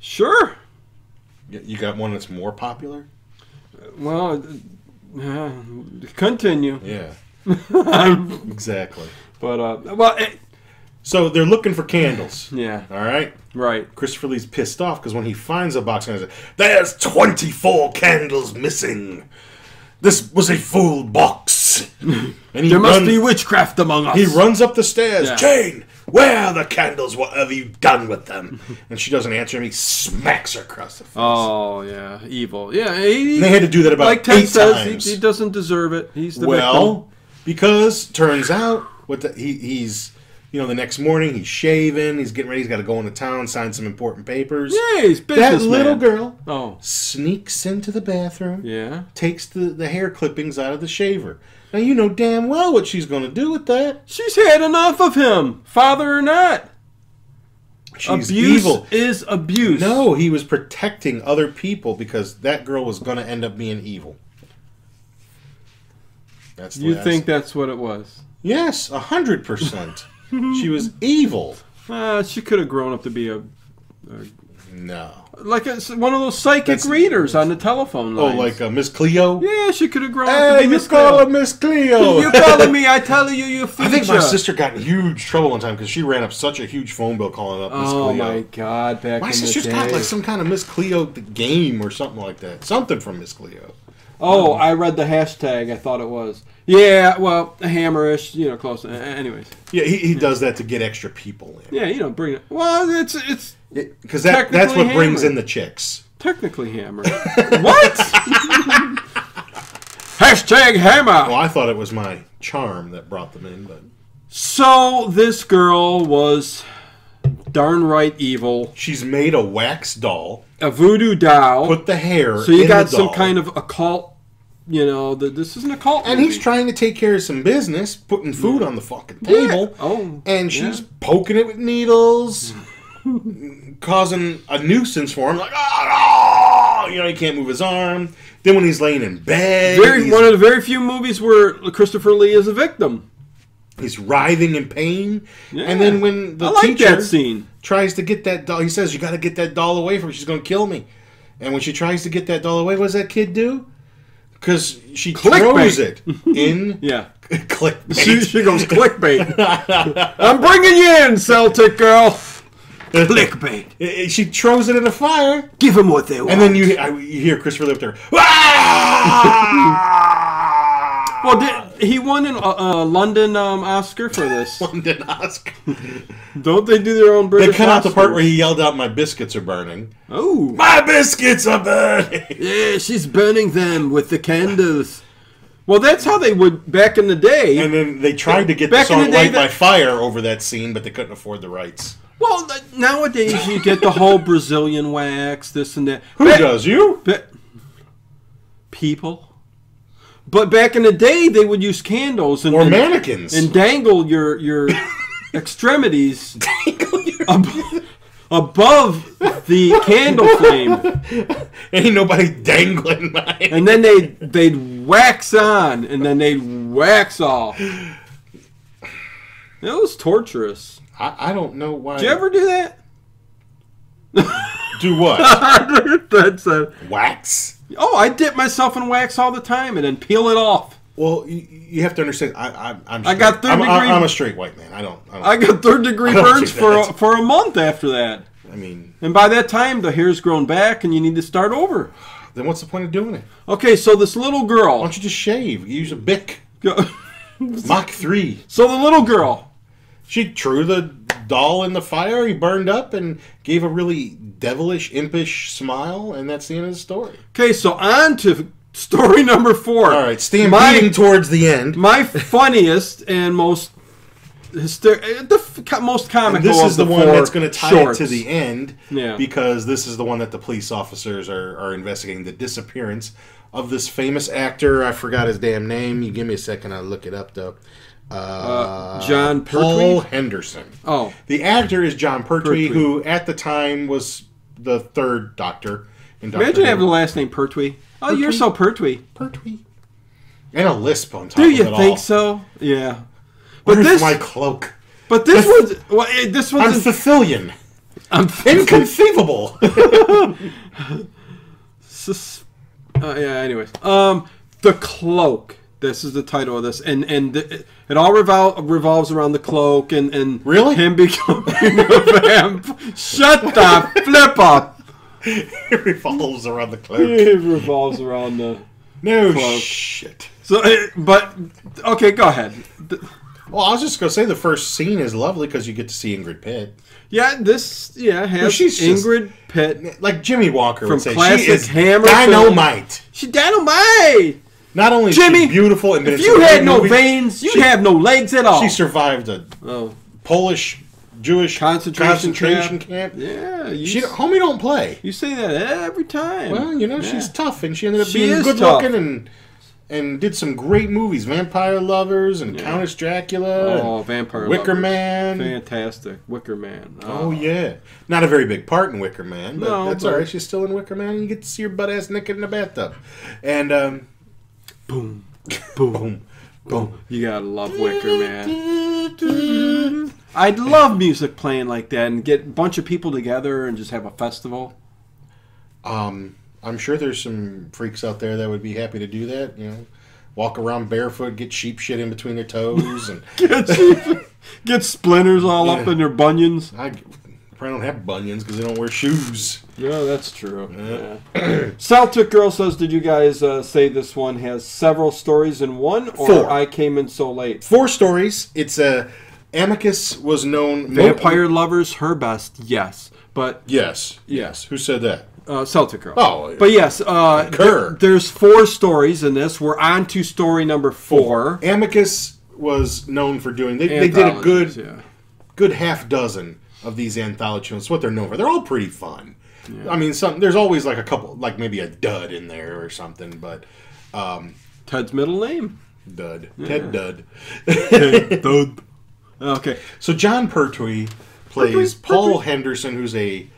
Speaker 2: sure.
Speaker 3: Y- You got one that's more popular?
Speaker 2: Well, uh, continue. [LAUGHS]
Speaker 3: Yeah, exactly.
Speaker 2: but uh, well, it,
Speaker 3: So they're looking for candles.
Speaker 2: yeah,
Speaker 3: All right.
Speaker 2: right.
Speaker 3: Christopher Lee's pissed off because when he finds a box, he's like, "There's 24 candles missing. This was a full
Speaker 2: [LAUGHS]
Speaker 3: box." and he
Speaker 2: There must
Speaker 3: runs,
Speaker 2: be witchcraft among us.
Speaker 3: he runs up the stairs.
Speaker 2: Yeah.
Speaker 3: Jane, where are the candles? What have you done with them? and she doesn't answer him. He smacks her across the face.
Speaker 2: Oh yeah, evil. Yeah, he,
Speaker 3: And they had to do that about
Speaker 2: like Ted
Speaker 3: eight
Speaker 2: says,
Speaker 3: times.
Speaker 2: he, he doesn't deserve it. He's the
Speaker 3: well,
Speaker 2: victim.
Speaker 3: because turns out what the, he, he's you know the next morning he's shaving, he's getting ready, he's got to go into town, sign some important papers.
Speaker 2: Yeah, he's
Speaker 3: that
Speaker 2: businessman.
Speaker 3: little girl
Speaker 2: Oh,
Speaker 3: sneaks into the bathroom,
Speaker 2: yeah.
Speaker 3: takes the, the hair clippings out of the shaver. Now you know damn well what she's going to do with that.
Speaker 2: She's had enough of him, father or not.
Speaker 3: She's
Speaker 2: abuse
Speaker 3: evil.
Speaker 2: is abuse.
Speaker 3: No, he was protecting other people because that girl was going to end up being evil. That's the
Speaker 2: you
Speaker 3: way I
Speaker 2: think
Speaker 3: see-
Speaker 2: that's what it was?
Speaker 3: Yes, a hundred percent. She was evil.
Speaker 2: Uh, she could have grown up to be a
Speaker 3: No.
Speaker 2: like a, one of those psychic
Speaker 3: That's-
Speaker 2: readers on the telephone
Speaker 3: Oh,
Speaker 2: line.
Speaker 3: like uh, Miss Cleo?
Speaker 2: yeah, she could have grown up to be Miss Cleo.
Speaker 3: Miss Cleo.
Speaker 2: You calling me? I tell you, you future.
Speaker 3: I think my sister got in huge trouble one time because she ran up such a huge phone bill calling up Miss
Speaker 2: Oh
Speaker 3: Cleo.
Speaker 2: my God! Back
Speaker 3: My
Speaker 2: in
Speaker 3: sister's
Speaker 2: the day.
Speaker 3: got like some kind of Miss Cleo the game or something like that. Something from Miss Cleo.
Speaker 2: Oh, I read the hashtag. I thought it was. Yeah, well, hammerish, you know, close. a- Anyways,
Speaker 3: Yeah, he,
Speaker 2: Hmm.
Speaker 3: he does that to get extra people in.
Speaker 2: yeah, you know, bring it. Well, it's it's
Speaker 3: Because that, that's what
Speaker 2: Technically
Speaker 3: brings
Speaker 2: hammered.
Speaker 3: in the chicks.
Speaker 2: technically
Speaker 3: [LAUGHS]
Speaker 2: hammer. what? hashtag
Speaker 3: Well,
Speaker 2: hammer.
Speaker 3: I thought it was my charm that brought them in, but
Speaker 2: So this girl was darn right evil,
Speaker 3: She's made a wax doll,
Speaker 2: a voodoo doll.
Speaker 3: put the hair.
Speaker 2: so you
Speaker 3: in
Speaker 2: got
Speaker 3: the
Speaker 2: some
Speaker 3: doll,
Speaker 2: kind of occult. You know, th this is an occult.
Speaker 3: And
Speaker 2: movie.
Speaker 3: he's trying to take care of some business, putting food on the fucking table.
Speaker 2: Oh,
Speaker 3: and
Speaker 2: yeah.
Speaker 3: she's poking it with needles, [LAUGHS] causing a nuisance for him. Like, oh, no! you know, he can't move his arm. Then when he's laying in bed,
Speaker 2: very
Speaker 3: he's,
Speaker 2: one of the very few movies where Christopher Lee is a victim.
Speaker 3: he's writhing in pain.
Speaker 2: Yeah.
Speaker 3: And then when the
Speaker 2: I like
Speaker 3: teacher
Speaker 2: that scene.
Speaker 3: tries to get that doll, he says, "You got to get that doll away from me. She's gonna kill me." And when she tries to get that doll away, what does that kid do? Because she
Speaker 2: [LAUGHS]
Speaker 3: throws it in [LAUGHS]
Speaker 2: Yeah,
Speaker 3: click.
Speaker 2: [LAUGHS] she, she goes clickbait. [LAUGHS] I'm bringing you in, Celtic girl. Clickbait.
Speaker 3: She throws [LAUGHS] it in the fire.
Speaker 2: Give them what they want.
Speaker 3: And then you, I, you hear Christopher Lee up there. "Ah!" [LAUGHS]
Speaker 2: well, did, he won an uh, uh, London um, Oscar for this.
Speaker 3: London Oscar.
Speaker 2: [LAUGHS] Don't they do their own British?
Speaker 3: They cut out the
Speaker 2: Oscars?
Speaker 3: part where he yelled out, "My biscuits are burning."
Speaker 2: Oh,
Speaker 3: My biscuits are burning.
Speaker 2: yeah, she's burning them with the candles. Well, that's how they would back in the day.
Speaker 3: [LAUGHS] And then they tried to get
Speaker 2: Back
Speaker 3: the
Speaker 2: in
Speaker 3: song
Speaker 2: the day,
Speaker 3: "Light
Speaker 2: that-
Speaker 3: by Fire" over that scene, but they couldn't afford the rights.
Speaker 2: well, th- nowadays you get the whole Brazilian wax, this and that.
Speaker 3: Who
Speaker 2: Back-
Speaker 3: does you?
Speaker 2: But people. But back in the day, they would use candles and
Speaker 3: Or
Speaker 2: and,
Speaker 3: mannequins?
Speaker 2: and dangle your your extremities ab- above the candle flame,
Speaker 3: [LAUGHS] Ain't nobody dangling [LAUGHS] my.
Speaker 2: and then they they'd wax on, and then they'd wax off. It was torturous.
Speaker 3: I, I don't know why.
Speaker 2: Did you ever do that?
Speaker 3: do what?
Speaker 2: [LAUGHS] That's a,
Speaker 3: Wax.
Speaker 2: oh, I dip myself in wax all the time, and then peel it off.
Speaker 3: Well, you, you have to understand. I, I, I'm. Straight.
Speaker 2: I got third
Speaker 3: I'm, I'm-
Speaker 2: degree-
Speaker 3: I'm a straight white man. I don't. I, don't,
Speaker 2: I got third degree
Speaker 3: I don't
Speaker 2: burns
Speaker 3: do
Speaker 2: for a,
Speaker 3: that.
Speaker 2: for a month after that.
Speaker 3: I mean,
Speaker 2: And by that time, the hair's grown back and you need to start over.
Speaker 3: then what's the point of doing it?
Speaker 2: Okay, so this little
Speaker 3: Why
Speaker 2: girl. [LAUGHS]
Speaker 3: don't you just shave? Use a bic.
Speaker 2: so
Speaker 3: Mach three.
Speaker 2: the little girl.
Speaker 3: She threw the doll in the fire. He burned up and gave a really devilish, impish smile, and that's the end of the story.
Speaker 2: Okay, so on to story [LAUGHS] number four.
Speaker 3: All right,
Speaker 2: my,
Speaker 3: stampeding towards the end.
Speaker 2: my funniest and most hyster- eh, the f- co- most comical.
Speaker 3: This
Speaker 2: of
Speaker 3: is the, one
Speaker 2: four
Speaker 3: that's going to tie
Speaker 2: shorts.
Speaker 3: it to the end
Speaker 2: Yeah.
Speaker 3: because this is the one that the police officers are, are investigating the disappearance of this famous actor. I forgot his damn name. You give me a second, I'll look it up though. Uh,
Speaker 2: John
Speaker 3: Paul
Speaker 2: Pertwee?
Speaker 3: Henderson.
Speaker 2: Oh,
Speaker 3: The actor is John Pertwee,
Speaker 2: Pertwee.
Speaker 3: who at the time was the third Doctor. In Doctor
Speaker 2: imagine
Speaker 3: Who.
Speaker 2: having the last name Pertwee. Oh, you're so Pertwee.
Speaker 3: Pertwee and a lisp on top.
Speaker 2: Do
Speaker 3: of
Speaker 2: you
Speaker 3: it all.
Speaker 2: think so? Yeah.
Speaker 3: But
Speaker 2: But this,
Speaker 3: my cloak.
Speaker 2: but this one's well, eh, this
Speaker 3: I'm
Speaker 2: one's [LAUGHS]
Speaker 3: Sicilian.
Speaker 2: I'm
Speaker 3: Inconceivable. [LAUGHS]
Speaker 2: Sus- uh, yeah. Anyways, um, the cloak. This is the title of this, and and the, it all revol- revolves around the cloak and and
Speaker 3: Really?
Speaker 2: him [LAUGHS] becoming a vamp. Shut the flip up.
Speaker 3: it revolves around
Speaker 2: [LAUGHS]
Speaker 3: the cloak.
Speaker 2: It revolves around the.
Speaker 3: No
Speaker 2: Cloak.
Speaker 3: shit.
Speaker 2: So, eh, but okay, go ahead. Th-
Speaker 3: Well, I was just gonna say the first scene is lovely because you get to see Ingrid Pitt,
Speaker 2: Yeah, this yeah has
Speaker 3: she's just-
Speaker 2: Ingrid Pitt.
Speaker 3: like Jimmy Walker
Speaker 2: From
Speaker 3: would say.
Speaker 2: classic
Speaker 3: She is
Speaker 2: Hammer
Speaker 3: dynamite.
Speaker 2: She dynamite.
Speaker 3: Not only is
Speaker 2: Jimmy,
Speaker 3: she beautiful, and been
Speaker 2: If
Speaker 3: in
Speaker 2: you
Speaker 3: so many
Speaker 2: had no
Speaker 3: movies,
Speaker 2: veins, you'd
Speaker 3: she-
Speaker 2: have no legs at all.
Speaker 3: She survived a
Speaker 2: oh,
Speaker 3: Polish Jewish
Speaker 2: Concentration
Speaker 3: concentration camp.
Speaker 2: yeah. You,
Speaker 3: She
Speaker 2: s-
Speaker 3: homie don't play.
Speaker 2: you say that every time.
Speaker 3: Well, you know
Speaker 2: Yeah.
Speaker 3: she's tough, and she ended up
Speaker 2: She
Speaker 3: being
Speaker 2: is
Speaker 3: good
Speaker 2: tough.
Speaker 3: looking and and did some great movies, Vampire Lovers and Countess Dracula,
Speaker 2: Oh,
Speaker 3: and
Speaker 2: Vampire
Speaker 3: Wicker
Speaker 2: Lovers.
Speaker 3: Man.
Speaker 2: Fantastic. Wicker Man.
Speaker 3: Oh yeah, not a very big part in Wicker Man, but
Speaker 2: No,
Speaker 3: that's
Speaker 2: but-
Speaker 3: all right. She's still in Wicker Man, and you get to see her butt ass naked in the bathtub, and um,
Speaker 2: Boom. Boom.
Speaker 3: boom.
Speaker 2: You gotta love Wicker Man. I'd love music playing like that and get a bunch of people together and just have a festival.
Speaker 3: Um, I'm sure there's some freaks out there that would be happy to do that. You know, walk around barefoot, get sheep shit in between their toes, and
Speaker 2: [LAUGHS] Get, [LAUGHS] get splinters all up in their bunions.
Speaker 3: I probably don't have bunions because they don't wear shoes.
Speaker 2: Yeah, that's true. [CLEARS THROAT] Celtic Girl says, Did you guys uh, say this one has several stories in one? Or
Speaker 3: Four.
Speaker 2: I came in so late?
Speaker 3: Four stories. It's a Amicus was known
Speaker 2: Vampire Lovers, her best, yes. But
Speaker 3: Yes, yes. Who said that?
Speaker 2: uh, Celtic Girl.
Speaker 3: Oh,
Speaker 2: But yes, uh,
Speaker 3: Kerr.
Speaker 2: th- there's four stories in this. We're on to story number four. uh,
Speaker 3: Amicus was known for doing. They, they did a good
Speaker 2: Anthologies, yeah.
Speaker 3: good half dozen of these anthology films. It's what they're known for. They're all pretty fun. I mean, some there's always like a couple, like maybe a dud in there or something, but um,
Speaker 2: Ted's middle name.
Speaker 3: dud, Ted Dud. [LAUGHS]
Speaker 2: Okay.
Speaker 3: So John Pertwee plays Paul Henderson, who's a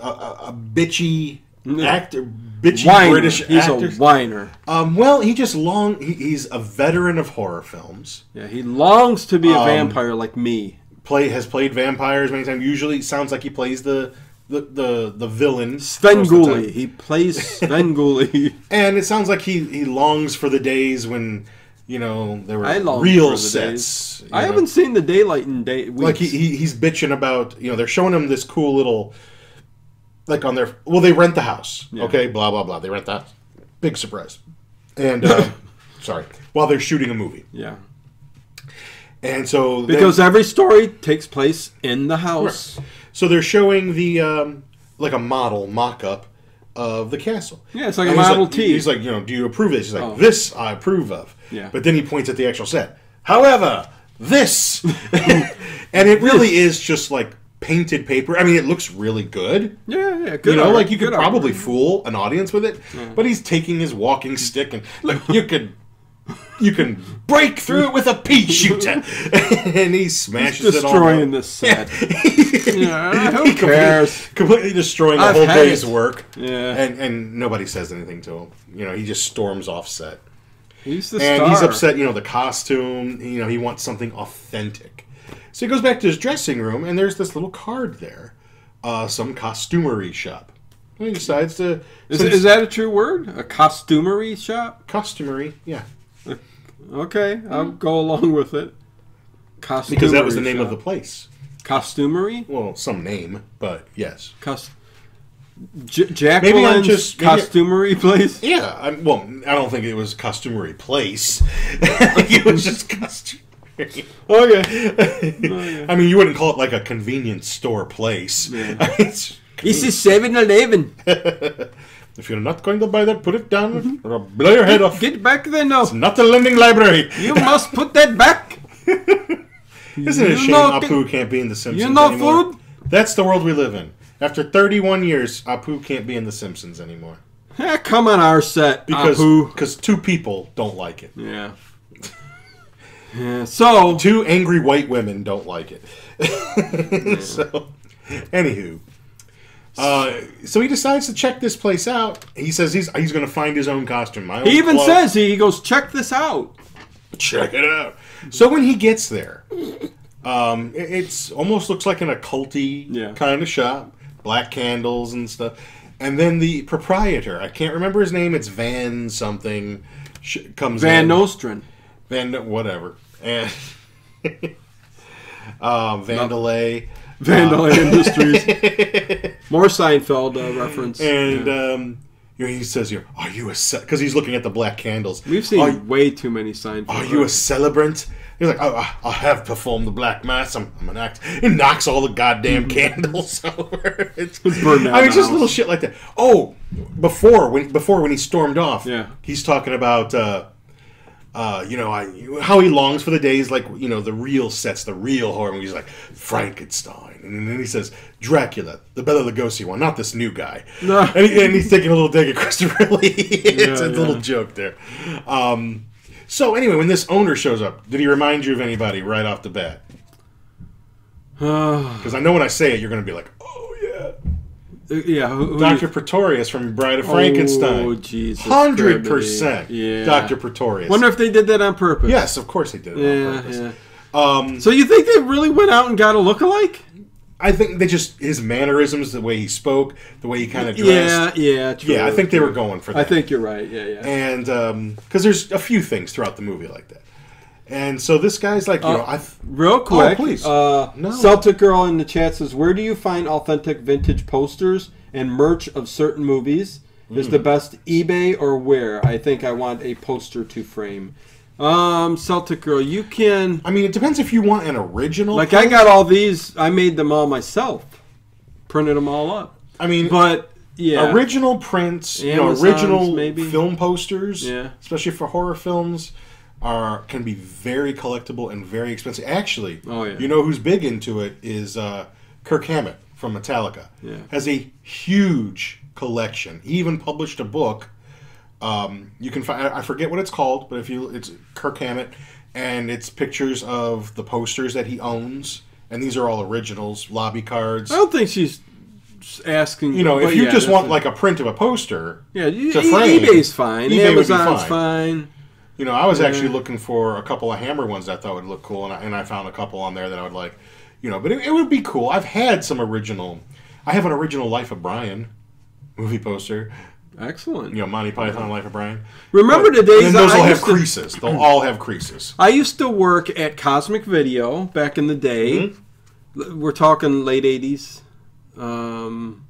Speaker 3: a, a, a bitchy actor, bitchy
Speaker 2: Whiner.
Speaker 3: British
Speaker 2: He's
Speaker 3: actor.
Speaker 2: a whiner.
Speaker 3: um, well, he just long. He, he's a veteran of horror films.
Speaker 2: Yeah, he longs to be
Speaker 3: Um,
Speaker 2: a vampire like me.
Speaker 3: Play has played vampires many times. Usually, it sounds like he plays the the the, the villain most of the time.
Speaker 2: Svengoolie. He plays
Speaker 3: [LAUGHS]
Speaker 2: Svengoolie.
Speaker 3: And it sounds like he, he longs for the days when, you know, there were
Speaker 2: I long
Speaker 3: real
Speaker 2: for the
Speaker 3: sets.
Speaker 2: days.
Speaker 3: you
Speaker 2: I
Speaker 3: know.
Speaker 2: haven't seen the daylight in day weeks.
Speaker 3: Like he, he he's bitching about you know they're showing him this cool little, like on their well they rent the house okay blah blah blah they rent that big surprise,
Speaker 2: [LAUGHS]
Speaker 3: and uh, sorry while they're shooting a movie
Speaker 2: yeah.
Speaker 3: and so they-
Speaker 2: Because every story takes place in the house.
Speaker 3: so they're showing the um, like a model mock up of the castle
Speaker 2: Yeah, it's like a
Speaker 3: he's
Speaker 2: Model
Speaker 3: like,
Speaker 2: T. Oh.
Speaker 3: He's like you know do you approve of this he's like this I approve of
Speaker 2: Yeah.
Speaker 3: but then he points at the actual set however
Speaker 2: [LAUGHS]
Speaker 3: this [LAUGHS] and it really is just like painted paper I mean it looks really good.
Speaker 2: Yeah, yeah. Good
Speaker 3: you know,
Speaker 2: art,
Speaker 3: like you could
Speaker 2: good art.
Speaker 3: probably fool an audience with it, but he's taking his walking stick and look, you could, you can break through it with a
Speaker 2: [LAUGHS]
Speaker 3: pea shooter, [LAUGHS] and he smashes
Speaker 2: destroying
Speaker 3: it
Speaker 2: this set.
Speaker 3: all.
Speaker 2: yeah,
Speaker 3: He
Speaker 2: who
Speaker 3: completely-
Speaker 2: cares?
Speaker 3: [LAUGHS] Completely destroying the
Speaker 2: I've
Speaker 3: whole
Speaker 2: had
Speaker 3: day's
Speaker 2: it.
Speaker 3: work.
Speaker 2: Yeah.
Speaker 3: and and nobody says anything to him. You know, he just storms off set,
Speaker 2: He's the
Speaker 3: and
Speaker 2: star.
Speaker 3: he's upset. You know, the costume. You know, he wants something authentic, so he goes back to his dressing room, and there's this little card there, uh, some costumery shop. And he decides to
Speaker 2: Is, is that a true word? A costumery shop?
Speaker 3: customary, yeah,
Speaker 2: Okay, I'll go along with it. Costumery
Speaker 3: because that was the name of the
Speaker 2: shop.
Speaker 3: place.
Speaker 2: costumery.
Speaker 3: Well, some name, but yes,
Speaker 2: Cus- J- Jacqueline's
Speaker 3: just- maybe I-
Speaker 2: costumery place.
Speaker 3: yeah. i well, I don't think it was customary place. [LAUGHS] it was just customary.
Speaker 2: Okay.
Speaker 3: [LAUGHS] I mean, you wouldn't call it like a convenience store place. [LAUGHS] It's-
Speaker 2: This is 7 Eleven.
Speaker 3: if you're not going to buy that, put it down or I'll blow your head off.
Speaker 2: Get back there now.
Speaker 3: Not a lending library.
Speaker 2: You must put that back.
Speaker 3: Isn't it a
Speaker 2: you
Speaker 3: shame
Speaker 2: know-
Speaker 3: Apu can't be in The Simpsons
Speaker 2: you know
Speaker 3: anymore?
Speaker 2: food?
Speaker 3: That's the world we live in. After 31 years, Apu can't be in The Simpsons anymore.
Speaker 2: Yeah, Eh, come on our set.
Speaker 3: Because
Speaker 2: Apu.
Speaker 3: cause two people don't like it.
Speaker 2: Yeah. yeah. So,
Speaker 3: Two angry white women don't like it. [LAUGHS] so, anywho, uh, so he decides to check this place out. He says he's he's going to find his own costume. My own
Speaker 2: he even
Speaker 3: clothes.
Speaker 2: says, he he goes, check this out.
Speaker 3: check it out. So when he gets there, um, it- it's almost looks like an occulty
Speaker 2: Yeah.
Speaker 3: kind of shop, black candles and stuff. And then the proprietor, I can't remember his name. It's Van something. Sh- comes
Speaker 2: Van
Speaker 3: in.
Speaker 2: Nostrand.
Speaker 3: Van whatever and [LAUGHS] um, Vandalay
Speaker 2: Vandalay Industries.
Speaker 3: [LAUGHS]
Speaker 2: More Seinfeld uh, reference.
Speaker 3: and um, you know, he says, "You know, are you a because he's looking at the black candles?
Speaker 2: We've seen
Speaker 3: Are,
Speaker 2: way too many Seinfeld. [LAUGHS]
Speaker 3: are you a celebrant?" He's like, oh, I, "I have performed the black mass. I'm, I'm an act." He knocks all the
Speaker 2: Mm-hmm.
Speaker 3: goddamn candles [LAUGHS] over. It's,
Speaker 2: burned down
Speaker 3: I mean,
Speaker 2: the
Speaker 3: just little
Speaker 2: house.
Speaker 3: shit like that. Oh, before when before when he stormed off,
Speaker 2: Yeah.
Speaker 3: he's talking about. Uh, uh, you know, I how he longs for the days like you know the real sets, the real horror movies like Frankenstein, and then he says Dracula, the Bela Lugosi one, not this new guy.
Speaker 2: No.
Speaker 3: [LAUGHS] And, he, and he's taking a little dig at Christopher Lee. [LAUGHS] it's
Speaker 2: Yeah,
Speaker 3: a
Speaker 2: yeah.
Speaker 3: little joke there. Um, so anyway, when this owner shows up, did he remind you of anybody right off the bat?
Speaker 2: [SIGHS] Uh,
Speaker 3: Because I know when I say it, you're going to be like, oh yeah,
Speaker 2: yeah. Who, who
Speaker 3: Doctor Pretorius from Bride of
Speaker 2: Oh,
Speaker 3: Frankenstein,
Speaker 2: Jesus.
Speaker 3: hundred
Speaker 2: Christ.
Speaker 3: percent,
Speaker 2: Yeah.
Speaker 3: Doctor Pretorius.
Speaker 2: Wonder if they did that on purpose.
Speaker 3: yes, of course they did it on
Speaker 2: Yeah,
Speaker 3: purpose.
Speaker 2: yeah.
Speaker 3: Um,
Speaker 2: So you think they really went out and got a lookalike?
Speaker 3: I think they just his mannerisms, the way he spoke, the way he kind of dressed.
Speaker 2: Yeah, yeah, true.
Speaker 3: Yeah, I think they were going for that.
Speaker 2: I think you're right. Yeah, yeah.
Speaker 3: and because there's a few things throughout the movie like that, and so this guy's like, you
Speaker 2: Uh,
Speaker 3: know, I
Speaker 2: Real quick,
Speaker 3: Oh, please.
Speaker 2: Uh,
Speaker 3: No.
Speaker 2: Celtic girl in the chat says, "Where do you find authentic vintage posters and merch of certain movies?
Speaker 3: Hmm.
Speaker 2: Is the best eBay or where? I think I want a poster to frame." Um, Celtic girl, you can
Speaker 3: I mean, it depends if you want an original.
Speaker 2: like I got all these. I made them all myself, printed them all up.
Speaker 3: I mean,
Speaker 2: But yeah,
Speaker 3: original prints, you know,
Speaker 2: Amazons,
Speaker 3: original
Speaker 2: maybe.
Speaker 3: film posters,
Speaker 2: Yeah.
Speaker 3: especially for horror films, are can be very collectible and very expensive. Actually,
Speaker 2: Oh, yeah.
Speaker 3: you know who's big into it is uh, Kirk Hammett from Metallica
Speaker 2: Yeah.
Speaker 3: has a huge collection. He even published a book. Um, you can find I forget what it's called, but if you it's Kirk Hammett, and it's pictures of the posters that he owns, and these are all originals, lobby cards.
Speaker 2: I don't think she's asking.
Speaker 3: You know, if
Speaker 2: but
Speaker 3: you
Speaker 2: Oh. yeah,
Speaker 3: just
Speaker 2: that's
Speaker 3: want
Speaker 2: it.
Speaker 3: like a print of a poster,
Speaker 2: yeah, you-
Speaker 3: to
Speaker 2: e-
Speaker 3: frame,
Speaker 2: eBay's fine.
Speaker 3: eBay would be
Speaker 2: Amazon's
Speaker 3: fine.
Speaker 2: fine.
Speaker 3: You know, I was actually
Speaker 2: Yeah.
Speaker 3: looking for a couple of hammer ones that I thought would look cool, and I, and I found a couple on there that I would like. You know, but it, it would be cool. I've had some original. I have an original Life of Brian movie poster.
Speaker 2: Excellent.
Speaker 3: You know, Monty Python, Life of Brian.
Speaker 2: Remember the days
Speaker 3: And those
Speaker 2: I
Speaker 3: will have
Speaker 2: used to-
Speaker 3: creases. They'll all have creases.
Speaker 2: I used to work at Cosmic Video back in the day.
Speaker 3: Mm-hmm.
Speaker 2: L- We're talking late '80s, um,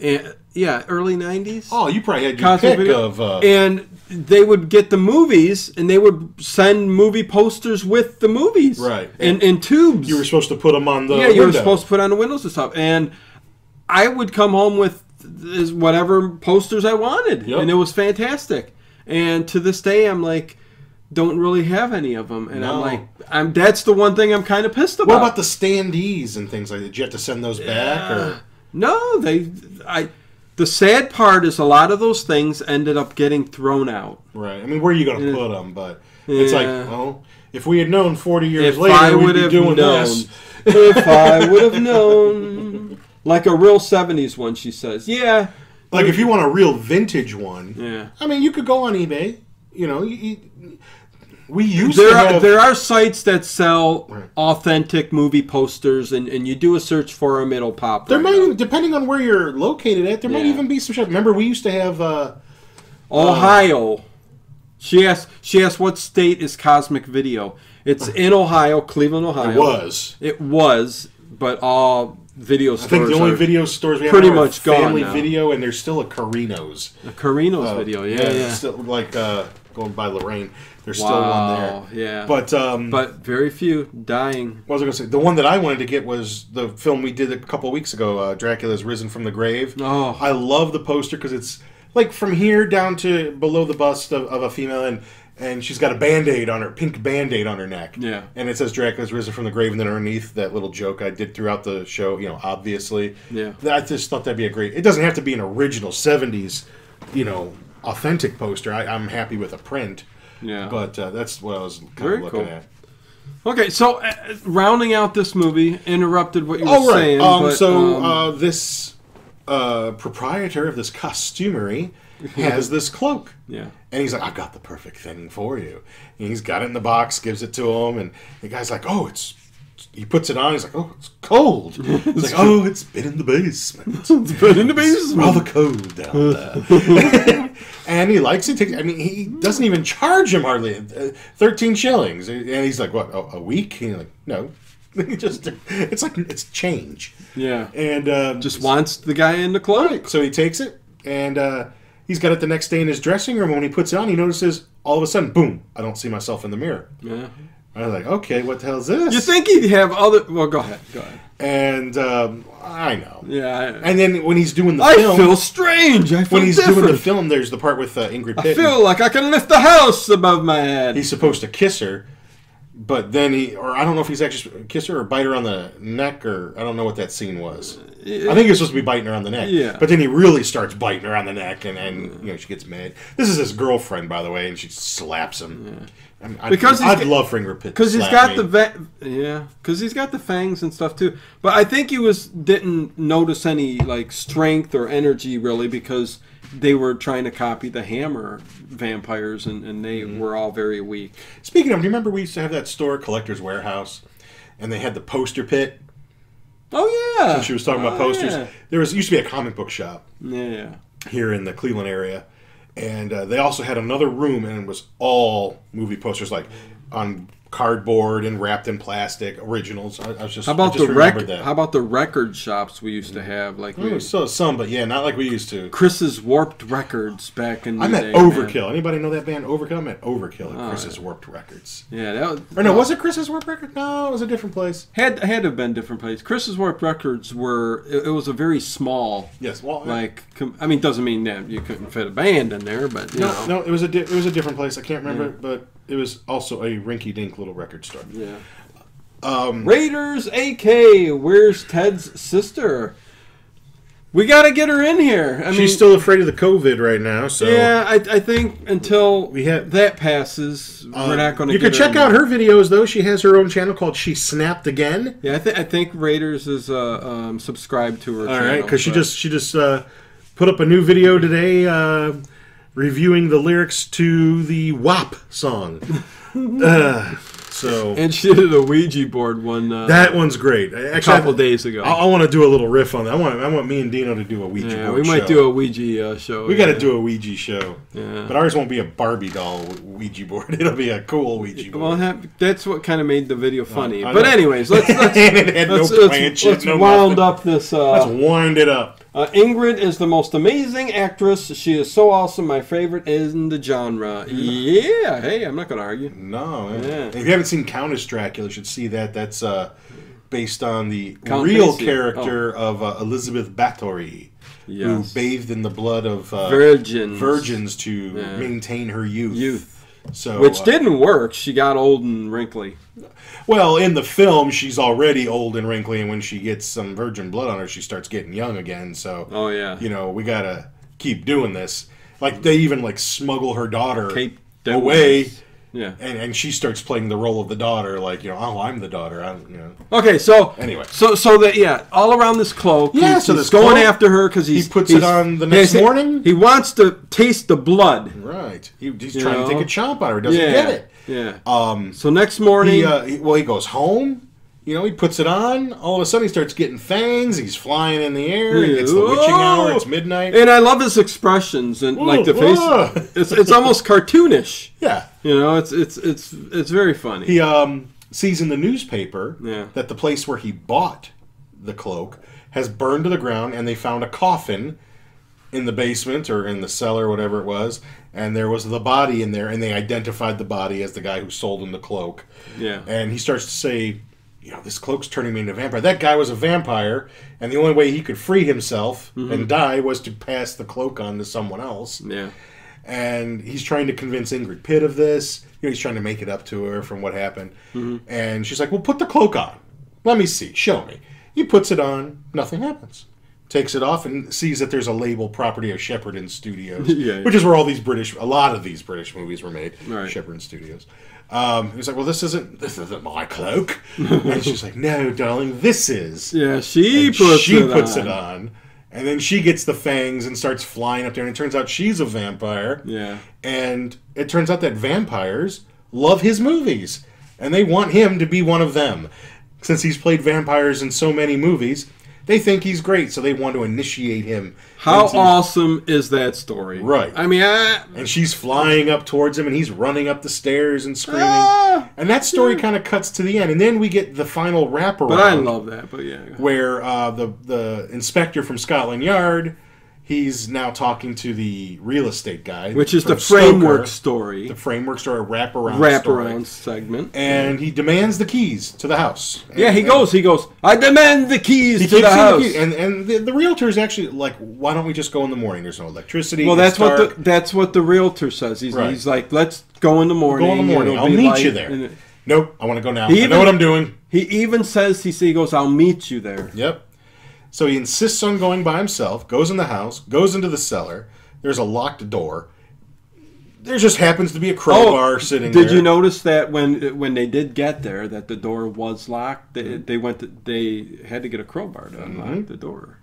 Speaker 2: and yeah, early '90s.
Speaker 3: Oh, you probably had your
Speaker 2: Cosmic
Speaker 3: pick
Speaker 2: Video.
Speaker 3: of. Uh,
Speaker 2: and they would get the movies, and they would send movie posters with the movies,
Speaker 3: Right.
Speaker 2: In in tubes.
Speaker 3: you were supposed to put them on the.
Speaker 2: yeah, you were
Speaker 3: window.
Speaker 2: supposed to put on the windows and stuff. And I would come home with th- whatever posters I wanted,
Speaker 3: Yep.
Speaker 2: and it was fantastic. And to this day, I'm like, don't really have any of them, and I'm
Speaker 3: No.
Speaker 2: like, I'm that's the one thing I'm kind of pissed about.
Speaker 3: What about the standees and things like that? Did you have to send those back? Or
Speaker 2: no, they, I. The sad part is a lot of those things ended up getting thrown out.
Speaker 3: Right. I mean, where are you going to put them? But it's like,
Speaker 2: Yeah.
Speaker 3: well, if we had known 40 years
Speaker 2: If
Speaker 3: later,
Speaker 2: I
Speaker 3: we'd
Speaker 2: would
Speaker 3: be
Speaker 2: have
Speaker 3: doing
Speaker 2: known.
Speaker 3: this.
Speaker 2: if I
Speaker 3: [LAUGHS]
Speaker 2: would have known, like a real '70s one, she says, yeah,
Speaker 3: Like, if you want a real vintage one,
Speaker 2: yeah.
Speaker 3: I mean, you could go on eBay. You know, you, you- we used
Speaker 2: there
Speaker 3: to
Speaker 2: are
Speaker 3: have.
Speaker 2: there are sites that sell
Speaker 3: Right.
Speaker 2: authentic movie posters, and, and you do a search for them, it'll pop.
Speaker 3: there
Speaker 2: right
Speaker 3: might,
Speaker 2: up.
Speaker 3: even, depending on where you're located at, there might
Speaker 2: Yeah.
Speaker 3: even be some shit. Remember, we used to have. Uh,
Speaker 2: Ohio. She asked. She asked, "What state is Cosmic Video?"
Speaker 3: [LAUGHS]
Speaker 2: It's in Ohio, Cleveland, Ohio.
Speaker 3: it was.
Speaker 2: It was, but all video
Speaker 3: I
Speaker 2: stores.
Speaker 3: think the only
Speaker 2: are-
Speaker 3: video stores we have
Speaker 2: pretty
Speaker 3: now are
Speaker 2: much gone
Speaker 3: Family
Speaker 2: now.
Speaker 3: Video, and there's still a Carino's. Uh,
Speaker 2: Carino's video. Yeah, yeah.
Speaker 3: Oh, Still, like uh, going by Lorraine, there's still
Speaker 2: wow.
Speaker 3: one there.
Speaker 2: Yeah.
Speaker 3: But um,
Speaker 2: but very few dying.
Speaker 3: What was I going to say? The one that I wanted to get was the film we did a couple weeks ago, uh, Dracula's Risen from the Grave.
Speaker 2: Oh.
Speaker 3: I love the poster because it's like from here down to below the bust of, of a female, and, and she's got a band aid on her, pink band aid on her neck.
Speaker 2: Yeah.
Speaker 3: And it says Dracula's Risen from the Grave, and then underneath that little joke I did throughout the show, you know, obviously.
Speaker 2: Yeah.
Speaker 3: I just thought that'd be a great. It doesn't have to be an original 70s, you know, authentic poster. I, I'm happy with a print.
Speaker 2: Yeah.
Speaker 3: But uh, that's what I was kind
Speaker 2: Very
Speaker 3: of looking
Speaker 2: cool.
Speaker 3: at.
Speaker 2: Okay, so uh, uh, rounding out this movie interrupted what you were
Speaker 3: Oh right.
Speaker 2: saying.
Speaker 3: um,
Speaker 2: but,
Speaker 3: so
Speaker 2: um,
Speaker 3: uh, this uh, proprietor of
Speaker 2: [LAUGHS]
Speaker 3: this costumery has this cloak.
Speaker 2: yeah.
Speaker 3: And he's like, I've got the perfect thing for you. And he's got it in the box, gives it to him, and the guy's like, Oh, it's. He puts it on. He's like, "Oh, it's cold." He's like,
Speaker 2: [LAUGHS]
Speaker 3: "Oh, it's been in the basement.
Speaker 2: It's been in the
Speaker 3: It's
Speaker 2: basement.
Speaker 3: rather cold down
Speaker 2: [LAUGHS]
Speaker 3: there." and he likes it. Takes, I mean, he doesn't even charge him hardly uh, thirteen shillings. And he's like, "What? A, a week?" And he's like, "No, [LAUGHS] just it's like it's change."
Speaker 2: Yeah.
Speaker 3: and um,
Speaker 2: Just wants the guy in the cloak.
Speaker 3: so he takes it and uh, he's got it the next day in his dressing room. When he puts it on, he notices all of a sudden, boom! I don't see myself in the mirror.
Speaker 2: Yeah.
Speaker 3: I was like, okay, what the hell is this?
Speaker 2: You think he'd have other? Well, go ahead. Go ahead.
Speaker 3: and um, I know.
Speaker 2: Yeah. I,
Speaker 3: And then when he's doing the
Speaker 2: I
Speaker 3: film,
Speaker 2: feel strange. I feel
Speaker 3: when he's
Speaker 2: different.
Speaker 3: doing the film, there's the part with uh, Ingrid
Speaker 2: I
Speaker 3: Pitt.
Speaker 2: feel like I can lift the house above my head.
Speaker 3: He's supposed to kiss her, but then he, or I don't know if he's actually kiss her or bite her on the neck, or I don't know what that scene was. I think he was supposed to be biting her on the neck.
Speaker 2: Uh, Yeah.
Speaker 3: But then he really starts biting her on the neck, and, and you know she gets mad. This is his girlfriend, by the way, and she slaps him. I mean, I'd,
Speaker 2: Because he's
Speaker 3: I'd
Speaker 2: got-
Speaker 3: love for Ingrid Pitt
Speaker 2: Because
Speaker 3: to
Speaker 2: he's
Speaker 3: slap
Speaker 2: got
Speaker 3: me.
Speaker 2: the va- yeah. Because he's got the fangs and stuff too. But I think he was didn't notice any like strength or energy really because they were trying to copy the hammer vampires and, and they
Speaker 3: Mm-hmm.
Speaker 2: were all very weak.
Speaker 3: Speaking of, do you remember we used to have that store, Collector's Warehouse, and they had the poster pit.
Speaker 2: Oh yeah.
Speaker 3: She was talking about
Speaker 2: Oh,
Speaker 3: posters.
Speaker 2: Yeah.
Speaker 3: There was used to be a comic book shop.
Speaker 2: Yeah, yeah.
Speaker 3: here in the Cleveland area, and uh, they also had another room and it was all movie posters, like on cardboard and wrapped in plastic, originals. I, I was just
Speaker 2: How
Speaker 3: I
Speaker 2: about
Speaker 3: just
Speaker 2: the
Speaker 3: remembered
Speaker 2: record?
Speaker 3: that.
Speaker 2: How about the record shops we used to have? Like we,
Speaker 3: Mm, so some, but yeah, not like we used to.
Speaker 2: Chris's Warped Records back in.
Speaker 3: I
Speaker 2: the
Speaker 3: met
Speaker 2: day, man.
Speaker 3: Overkill. Anybody know that band Overkill? I met Overkill at Chris's Warped Records.
Speaker 2: Yeah, that was, uh,
Speaker 3: Or no, was it Chris's Warped Record? No, it was a different place.
Speaker 2: had had to have been different place. Chris's Warped Records were. It, it was a very small.
Speaker 3: Yes, well,
Speaker 2: Like, com- I mean, doesn't mean that you couldn't fit a band in there, but you
Speaker 3: no,
Speaker 2: know,
Speaker 3: no, it was a di- it was a different place. I can't remember, but it was also a rinky-dink little record store.
Speaker 2: yeah,
Speaker 3: Um,
Speaker 2: Raiders AK, where's Ted's sister? We got to get her in here. I mean,
Speaker 3: she's still afraid of the COVID right now, so
Speaker 2: yeah, I, I think until
Speaker 3: We have-
Speaker 2: that passes, we're
Speaker 3: Um,
Speaker 2: not going to.
Speaker 3: You can check out her videos though. She has her own channel called She Snapped Again.
Speaker 2: Yeah, I, th- I think Raiders is uh, um, subscribed to her.
Speaker 3: All right,
Speaker 2: channel,
Speaker 3: because she
Speaker 2: so-
Speaker 3: just she just uh, put up a new video today uh, reviewing the lyrics to the WAP song. [LAUGHS] Ugh. so
Speaker 2: and she did a Ouija board one uh,
Speaker 3: that one's great. I-
Speaker 2: a
Speaker 3: Actually,
Speaker 2: couple days ago.
Speaker 3: I, want to do a little riff on that. I want I want me and Dino to do a Ouija.
Speaker 2: yeah,
Speaker 3: board
Speaker 2: we might
Speaker 3: show.
Speaker 2: do a Ouija uh, show.
Speaker 3: We got to do a Ouija show,
Speaker 2: Yeah.
Speaker 3: but ours won't be a Barbie doll Ouija board. [LAUGHS] It'll be a cool Ouija board.
Speaker 2: Well, that, that's what kind of made the video funny.
Speaker 3: I
Speaker 2: but
Speaker 3: know.
Speaker 2: anyways,
Speaker 3: [LAUGHS]
Speaker 2: let's let's,
Speaker 3: and it had
Speaker 2: let's,
Speaker 3: no
Speaker 2: let's,
Speaker 3: planchette,
Speaker 2: let's
Speaker 3: no
Speaker 2: wound
Speaker 3: nothing.
Speaker 2: up this. Uh,
Speaker 3: Let's wind it up.
Speaker 2: Uh, Ingrid is the most amazing actress. She is so awesome. My favorite in the genre. Yeah. Hey, I'm not gonna argue.
Speaker 3: No,
Speaker 2: Yeah.
Speaker 3: if you haven't seen Countess Dracula, you should see that. That's uh, based on the
Speaker 2: Count
Speaker 3: real
Speaker 2: Basie.
Speaker 3: character of uh, Elizabeth Bathory,
Speaker 2: Yes.
Speaker 3: who bathed in the blood of uh,
Speaker 2: Virgins.
Speaker 3: virgins to
Speaker 2: Yeah.
Speaker 3: maintain her youth.
Speaker 2: Youth.
Speaker 3: So,
Speaker 2: Which
Speaker 3: uh,
Speaker 2: didn't work. She got old and wrinkly.
Speaker 3: well in the film. She's already old and wrinkly, and when she gets some virgin blood on her, she starts getting young again. So,
Speaker 2: Oh yeah.
Speaker 3: you know, we gotta keep doing this. Like they even like smuggle her daughter
Speaker 2: Cape Devils.
Speaker 3: away.
Speaker 2: Yeah.
Speaker 3: And, and she starts playing the role of the daughter, like you know, oh, I'm the daughter. I'm, you know,
Speaker 2: Okay. So
Speaker 3: Anyway.
Speaker 2: So so that yeah, all around this cloak.
Speaker 3: Yeah,
Speaker 2: He's,
Speaker 3: so
Speaker 2: he's
Speaker 3: this
Speaker 2: going
Speaker 3: cloak,
Speaker 2: after her because he's
Speaker 3: puts
Speaker 2: he's-
Speaker 3: it on the next
Speaker 2: he-
Speaker 3: morning?
Speaker 2: He wants to taste the blood.
Speaker 3: Right. He, he's
Speaker 2: You
Speaker 3: trying
Speaker 2: know?
Speaker 3: to take a chomp on her. Doesn't
Speaker 2: yeah.
Speaker 3: get it.
Speaker 2: Yeah.
Speaker 3: Um,
Speaker 2: so next morning.
Speaker 3: he, uh, he- well, he goes home. You know, he puts it on. All of a sudden, he starts getting fangs. He's flying in the air. It's the witching
Speaker 2: Whoa!
Speaker 3: hour. It's midnight.
Speaker 2: and I love his expressions and like the
Speaker 3: Ooh,
Speaker 2: face.
Speaker 3: ah.
Speaker 2: It's it's almost cartoonish.
Speaker 3: yeah.
Speaker 2: You know, it's it's it's it's very funny.
Speaker 3: He um, sees in the newspaper
Speaker 2: Yeah.
Speaker 3: that the place where he bought the cloak has burned to the ground, and they found a coffin in the basement or in the cellar, whatever it was. And there was the body in there, and they identified the body as the guy who sold him the cloak.
Speaker 2: yeah.
Speaker 3: and he starts to say, you know, this cloak's turning me into a vampire. That guy was a vampire, and the only way he could free himself and die was to pass the cloak on to someone else.
Speaker 2: yeah.
Speaker 3: And he's trying to convince Ingrid Pitt of this. You know, he's trying to make it up to her from what happened.
Speaker 2: Mm-hmm.
Speaker 3: And she's like, well, put the cloak on. Let me see. Show me. He puts it on. Nothing happens. Takes it off and sees that there's a label property of Shepherd and
Speaker 2: [LAUGHS]
Speaker 3: Studios,
Speaker 2: Yeah, yeah.
Speaker 3: which is where all these British, a lot of these British movies were made.
Speaker 2: Right.
Speaker 3: Shepherd and Studios. Um, he's like, well, this isn't this isn't my
Speaker 2: [LAUGHS]
Speaker 3: cloak. and she's like, no, darling, this is.
Speaker 2: Yeah, she
Speaker 3: And
Speaker 2: puts
Speaker 3: she
Speaker 2: it
Speaker 3: puts
Speaker 2: on.
Speaker 3: it on, and then she gets the fangs and starts flying up there. And it turns out she's a vampire.
Speaker 2: Yeah.
Speaker 3: And it turns out that vampires love his movies, and they want him to be one of them. Since he's played vampires in so many movies, they think he's great, so they want to initiate him.
Speaker 2: How
Speaker 3: into-
Speaker 2: awesome is that story?
Speaker 3: Right.
Speaker 2: I mean, I,
Speaker 3: and she's flying up towards him, and he's running up the stairs and screaming.
Speaker 2: Ah!
Speaker 3: and that story kind of cuts to the end, and then we get the final wraparound
Speaker 2: but I love that. But yeah.
Speaker 3: where uh, the the inspector from Scotland Yard, he's now talking to the real estate guy,
Speaker 2: Which is
Speaker 3: from
Speaker 2: the framework
Speaker 3: Stoker,
Speaker 2: story,
Speaker 3: the framework story wraparound,
Speaker 2: wraparound
Speaker 3: story.
Speaker 2: segment.
Speaker 3: and he demands the keys to the house.
Speaker 2: yeah,
Speaker 3: And-
Speaker 2: he
Speaker 3: and
Speaker 2: goes. He goes. I demand the keys
Speaker 3: He
Speaker 2: to
Speaker 3: keeps
Speaker 2: the
Speaker 3: saying
Speaker 2: house.
Speaker 3: the key- and and the, the realtor is actually like, why don't we just go in the morning? There's no electricity.
Speaker 2: well,
Speaker 3: it's
Speaker 2: that's what
Speaker 3: dark.
Speaker 2: the that's what the realtor says. He's
Speaker 3: Right.
Speaker 2: he's like, let's go in the morning.
Speaker 3: go in the morning.
Speaker 2: it'll
Speaker 3: I'll
Speaker 2: be
Speaker 3: meet
Speaker 2: light,"
Speaker 3: you there.
Speaker 2: and it-
Speaker 3: nope, I want to go now. I
Speaker 2: He
Speaker 3: know
Speaker 2: even-
Speaker 3: what I'm doing.
Speaker 2: he even says he says- he goes. I'll meet you there.
Speaker 3: Yep. So he insists on going by himself, goes in the house, goes into the cellar. There's a locked door. There just happens to be a crowbar sitting
Speaker 2: Oh, Did
Speaker 3: there.
Speaker 2: you notice that when when they did get there, that the door was locked? They,
Speaker 3: Mm-hmm.
Speaker 2: they went. To, they had to get a crowbar to unlock the door.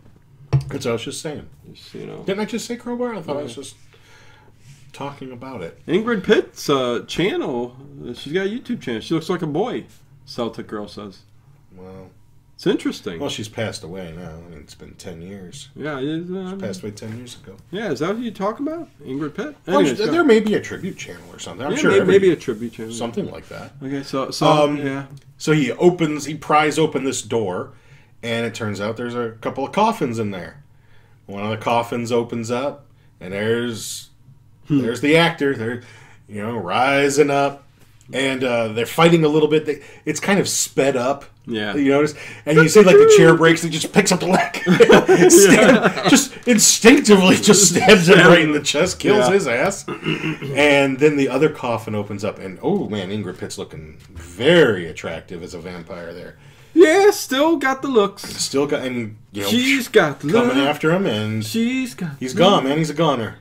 Speaker 3: That's what I was just saying.
Speaker 2: Just, you know,
Speaker 3: Didn't I just say crowbar? I thought I was just talking about it.
Speaker 2: Ingrid Pitt's uh, channel. uh, She's got a YouTube channel. She looks like a boy. Celtic girl says
Speaker 3: Well,
Speaker 2: it's interesting.
Speaker 3: well, she's passed away now. I mean, it's been 10 years.
Speaker 2: yeah, is, uh,
Speaker 3: Passed away 10 years ago.
Speaker 2: yeah. Is that who you talk about, Ingrid Pitt?
Speaker 3: Well,
Speaker 2: Anyways, go.
Speaker 3: there may be a tribute channel or something. I'm
Speaker 2: yeah,
Speaker 3: sure.
Speaker 2: may-
Speaker 3: every-
Speaker 2: maybe, a tribute channel.
Speaker 3: something like that.
Speaker 2: Okay, so so
Speaker 3: Um,
Speaker 2: yeah,
Speaker 3: So he opens, he pries open this door, and it turns out there's a couple of coffins in there. One of the coffins opens up,
Speaker 2: Hmm.
Speaker 3: and there's there's the actor there, you know, rising up, and uh, they're fighting a little bit. They, it's kind of sped up.
Speaker 2: Yeah.
Speaker 3: you notice, and you see like the chair breaks. He just picks up
Speaker 2: [LAUGHS]
Speaker 3: the leg, [LAUGHS] Stab- just instinctively just stabs him right in the chest, kills
Speaker 2: Yeah.
Speaker 3: his ass, and then the other coffin opens up, and oh man, Ingrid Pitt's looking very attractive as a vampire there.
Speaker 2: Yeah, still got the looks.
Speaker 3: Still got and you know
Speaker 2: She's got the
Speaker 3: coming
Speaker 2: look.
Speaker 3: after him, and
Speaker 2: She's got.
Speaker 3: he's gone, man. He's a goner.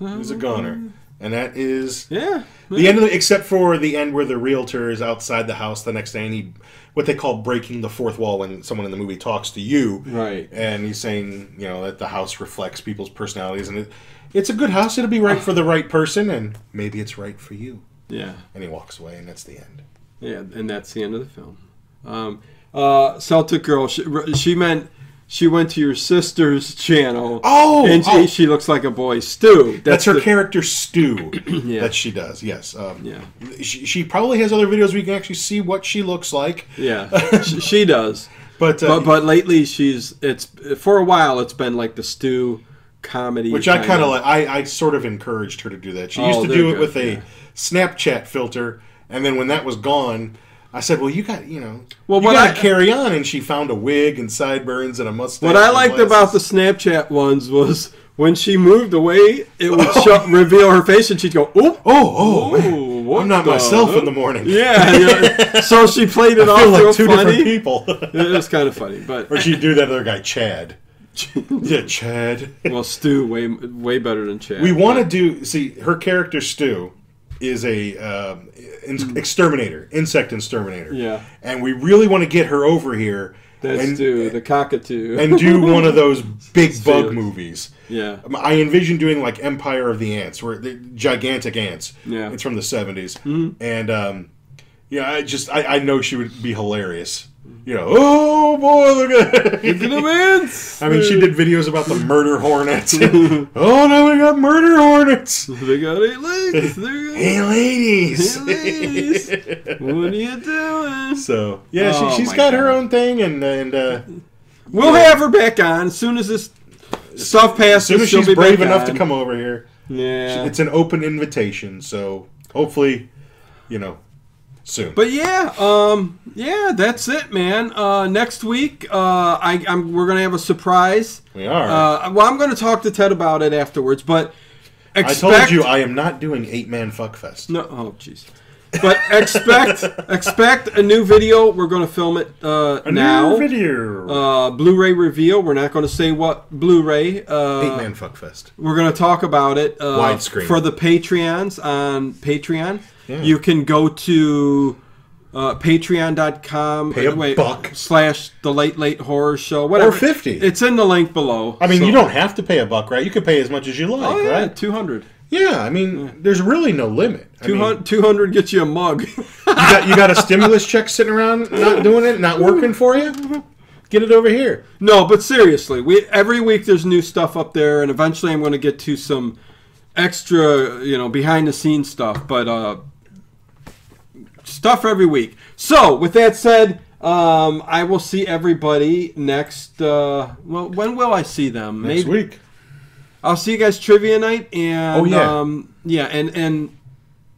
Speaker 3: He's a goner, and that is
Speaker 2: Yeah.
Speaker 3: the end of the, except for the end where the realtor is outside the house the next day and he what they call breaking the fourth wall when someone in the movie talks to you
Speaker 2: Right.
Speaker 3: and he's saying you know that the house reflects people's personalities and it, it's a good house it'll be right for the right person and maybe it's right for you
Speaker 2: Yeah.
Speaker 3: and he walks away and that's the end
Speaker 2: Yeah, and that's the end of the film. Um, uh, Celtic girl. She, she meant she went to your sister's channel.
Speaker 3: Oh,
Speaker 2: and she,
Speaker 3: oh.
Speaker 2: she looks like a boy stew.
Speaker 3: that's, her
Speaker 2: the-
Speaker 3: character Stu
Speaker 2: [CLEARS THROAT] Yeah.
Speaker 3: that she does yes um,
Speaker 2: Yeah.
Speaker 3: she, she probably has other videos where you can actually see what she looks like [LAUGHS]
Speaker 2: Yeah, she, she does.
Speaker 3: but, uh,
Speaker 2: But but lately she's it's for a while it's been like the stew comedy,
Speaker 3: Which I kind
Speaker 2: kinda.
Speaker 3: of like. I, I sort of encouraged her to do that. She
Speaker 2: Oh,
Speaker 3: used to
Speaker 2: they're
Speaker 3: do it
Speaker 2: good,
Speaker 3: with a
Speaker 2: yeah.
Speaker 3: Snapchat filter, and then when that was gone, I said, "Well, you got you know,
Speaker 2: Well,
Speaker 3: well, you
Speaker 2: what
Speaker 3: got
Speaker 2: I-
Speaker 3: to carry on." And she found a wig and sideburns and a mustache.
Speaker 2: What I
Speaker 3: and
Speaker 2: liked
Speaker 3: glasses.
Speaker 2: about the Snapchat ones was when she moved away, it
Speaker 3: [LAUGHS]
Speaker 2: would show, reveal her face, and she'd go, "Oop."
Speaker 3: oh oh, man,
Speaker 2: Ooh, what
Speaker 3: I'm not
Speaker 2: the-
Speaker 3: myself in the [LAUGHS] morning.
Speaker 2: [LAUGHS] Yeah, yeah. so she played it
Speaker 3: I
Speaker 2: off
Speaker 3: feel like
Speaker 2: real
Speaker 3: two different
Speaker 2: funny.
Speaker 3: people. [LAUGHS]
Speaker 2: It was kind of funny, but
Speaker 3: or she'd do that other
Speaker 2: [LAUGHS]
Speaker 3: guy, Chad. yeah, Chad.
Speaker 2: well, Stu way way better than Chad.
Speaker 3: We want to do. See, her character Stu is a um, in- exterminator, insect exterminator.
Speaker 2: Yeah.
Speaker 3: and we really want to get her over here
Speaker 2: That's
Speaker 3: and,
Speaker 2: Stu, the cockatoo.
Speaker 3: and do one of those big bug
Speaker 2: Feelings.
Speaker 3: movies.
Speaker 2: [LAUGHS] yeah,
Speaker 3: Um, I envision doing like Empire of the Ants, where the gigantic ants.
Speaker 2: Yeah. Hmm.
Speaker 3: it's from the 70s and um, yeah, I just I, I know she would be hilarious. You know, oh boy, look at [LAUGHS]
Speaker 2: [LAUGHS] Look at the ants.
Speaker 3: I mean, she did videos about the murder hornets. [LAUGHS] oh no, we got
Speaker 2: [LAUGHS]
Speaker 3: murder hornets.
Speaker 2: [LAUGHS] They got eight legs. [LAUGHS] They're
Speaker 3: Hey, ladies.
Speaker 2: ladies. what are you doing?
Speaker 3: [LAUGHS] so yeah,
Speaker 2: Oh,
Speaker 3: she, she's
Speaker 2: my
Speaker 3: got her
Speaker 2: God.
Speaker 3: own thing, and and uh,
Speaker 2: We'll have her back on as soon as this stuff passes.
Speaker 3: as soon as
Speaker 2: she'll
Speaker 3: she's
Speaker 2: be
Speaker 3: brave
Speaker 2: back
Speaker 3: enough
Speaker 2: on.
Speaker 3: to come over here,
Speaker 2: yeah.
Speaker 3: it's an open invitation. So hopefully, you know, soon.
Speaker 2: But yeah, um, yeah, that's it, man. Uh, next week, uh, I, I'm we're gonna have a surprise.
Speaker 3: we are.
Speaker 2: Uh, well, I'm gonna talk to Ted about it afterwards, but
Speaker 3: I
Speaker 2: expect.
Speaker 3: told you I am not doing eight man fuckfest.
Speaker 2: No, oh jeez. But expect [LAUGHS] expect a new video. We're gonna film it uh,
Speaker 3: A
Speaker 2: now.
Speaker 3: new video.
Speaker 2: Uh, Blu-ray reveal. We're not gonna say what Blu-ray. Uh,
Speaker 3: eight man fuckfest.
Speaker 2: We're going to talk about it uh,
Speaker 3: Widescreen.
Speaker 2: for the Patreons on Patreon.
Speaker 3: Yeah.
Speaker 2: You can go to uh, patreon.com
Speaker 3: Pay a buck.
Speaker 2: uh, slash the late late horror show whatever
Speaker 3: 50.
Speaker 2: It's in the link below.
Speaker 3: I mean,
Speaker 2: so-
Speaker 3: you don't have to pay a buck, right? You can pay as much as you like,
Speaker 2: Oh yeah,
Speaker 3: right?
Speaker 2: 200.
Speaker 3: Yeah, I mean, there's really no limit. I mean,
Speaker 2: 200, 200 gets you a mug. [LAUGHS]
Speaker 3: you got you got a stimulus check sitting around not doing it, not working for you. Get it over here.
Speaker 2: no, but seriously, we every week there's new stuff up there and eventually I'm going to get to some extra, you know, behind the scenes stuff, but uh stuff every week. So, with that said, um, I will see everybody next. Uh, well, when will I see them?
Speaker 3: Next week.
Speaker 2: I'll see you guys trivia night, and
Speaker 3: Oh, yeah.
Speaker 2: um, yeah, and and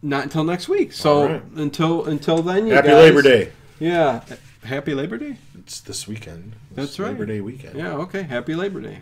Speaker 2: not until next week. So
Speaker 3: All right.
Speaker 2: until until then, you
Speaker 3: Happy
Speaker 2: guys-
Speaker 3: Labor Day.
Speaker 2: Yeah, happy Labor Day.
Speaker 3: It's this weekend. It's
Speaker 2: That's right.
Speaker 3: Labor Day weekend.
Speaker 2: Yeah, okay, happy Labor Day.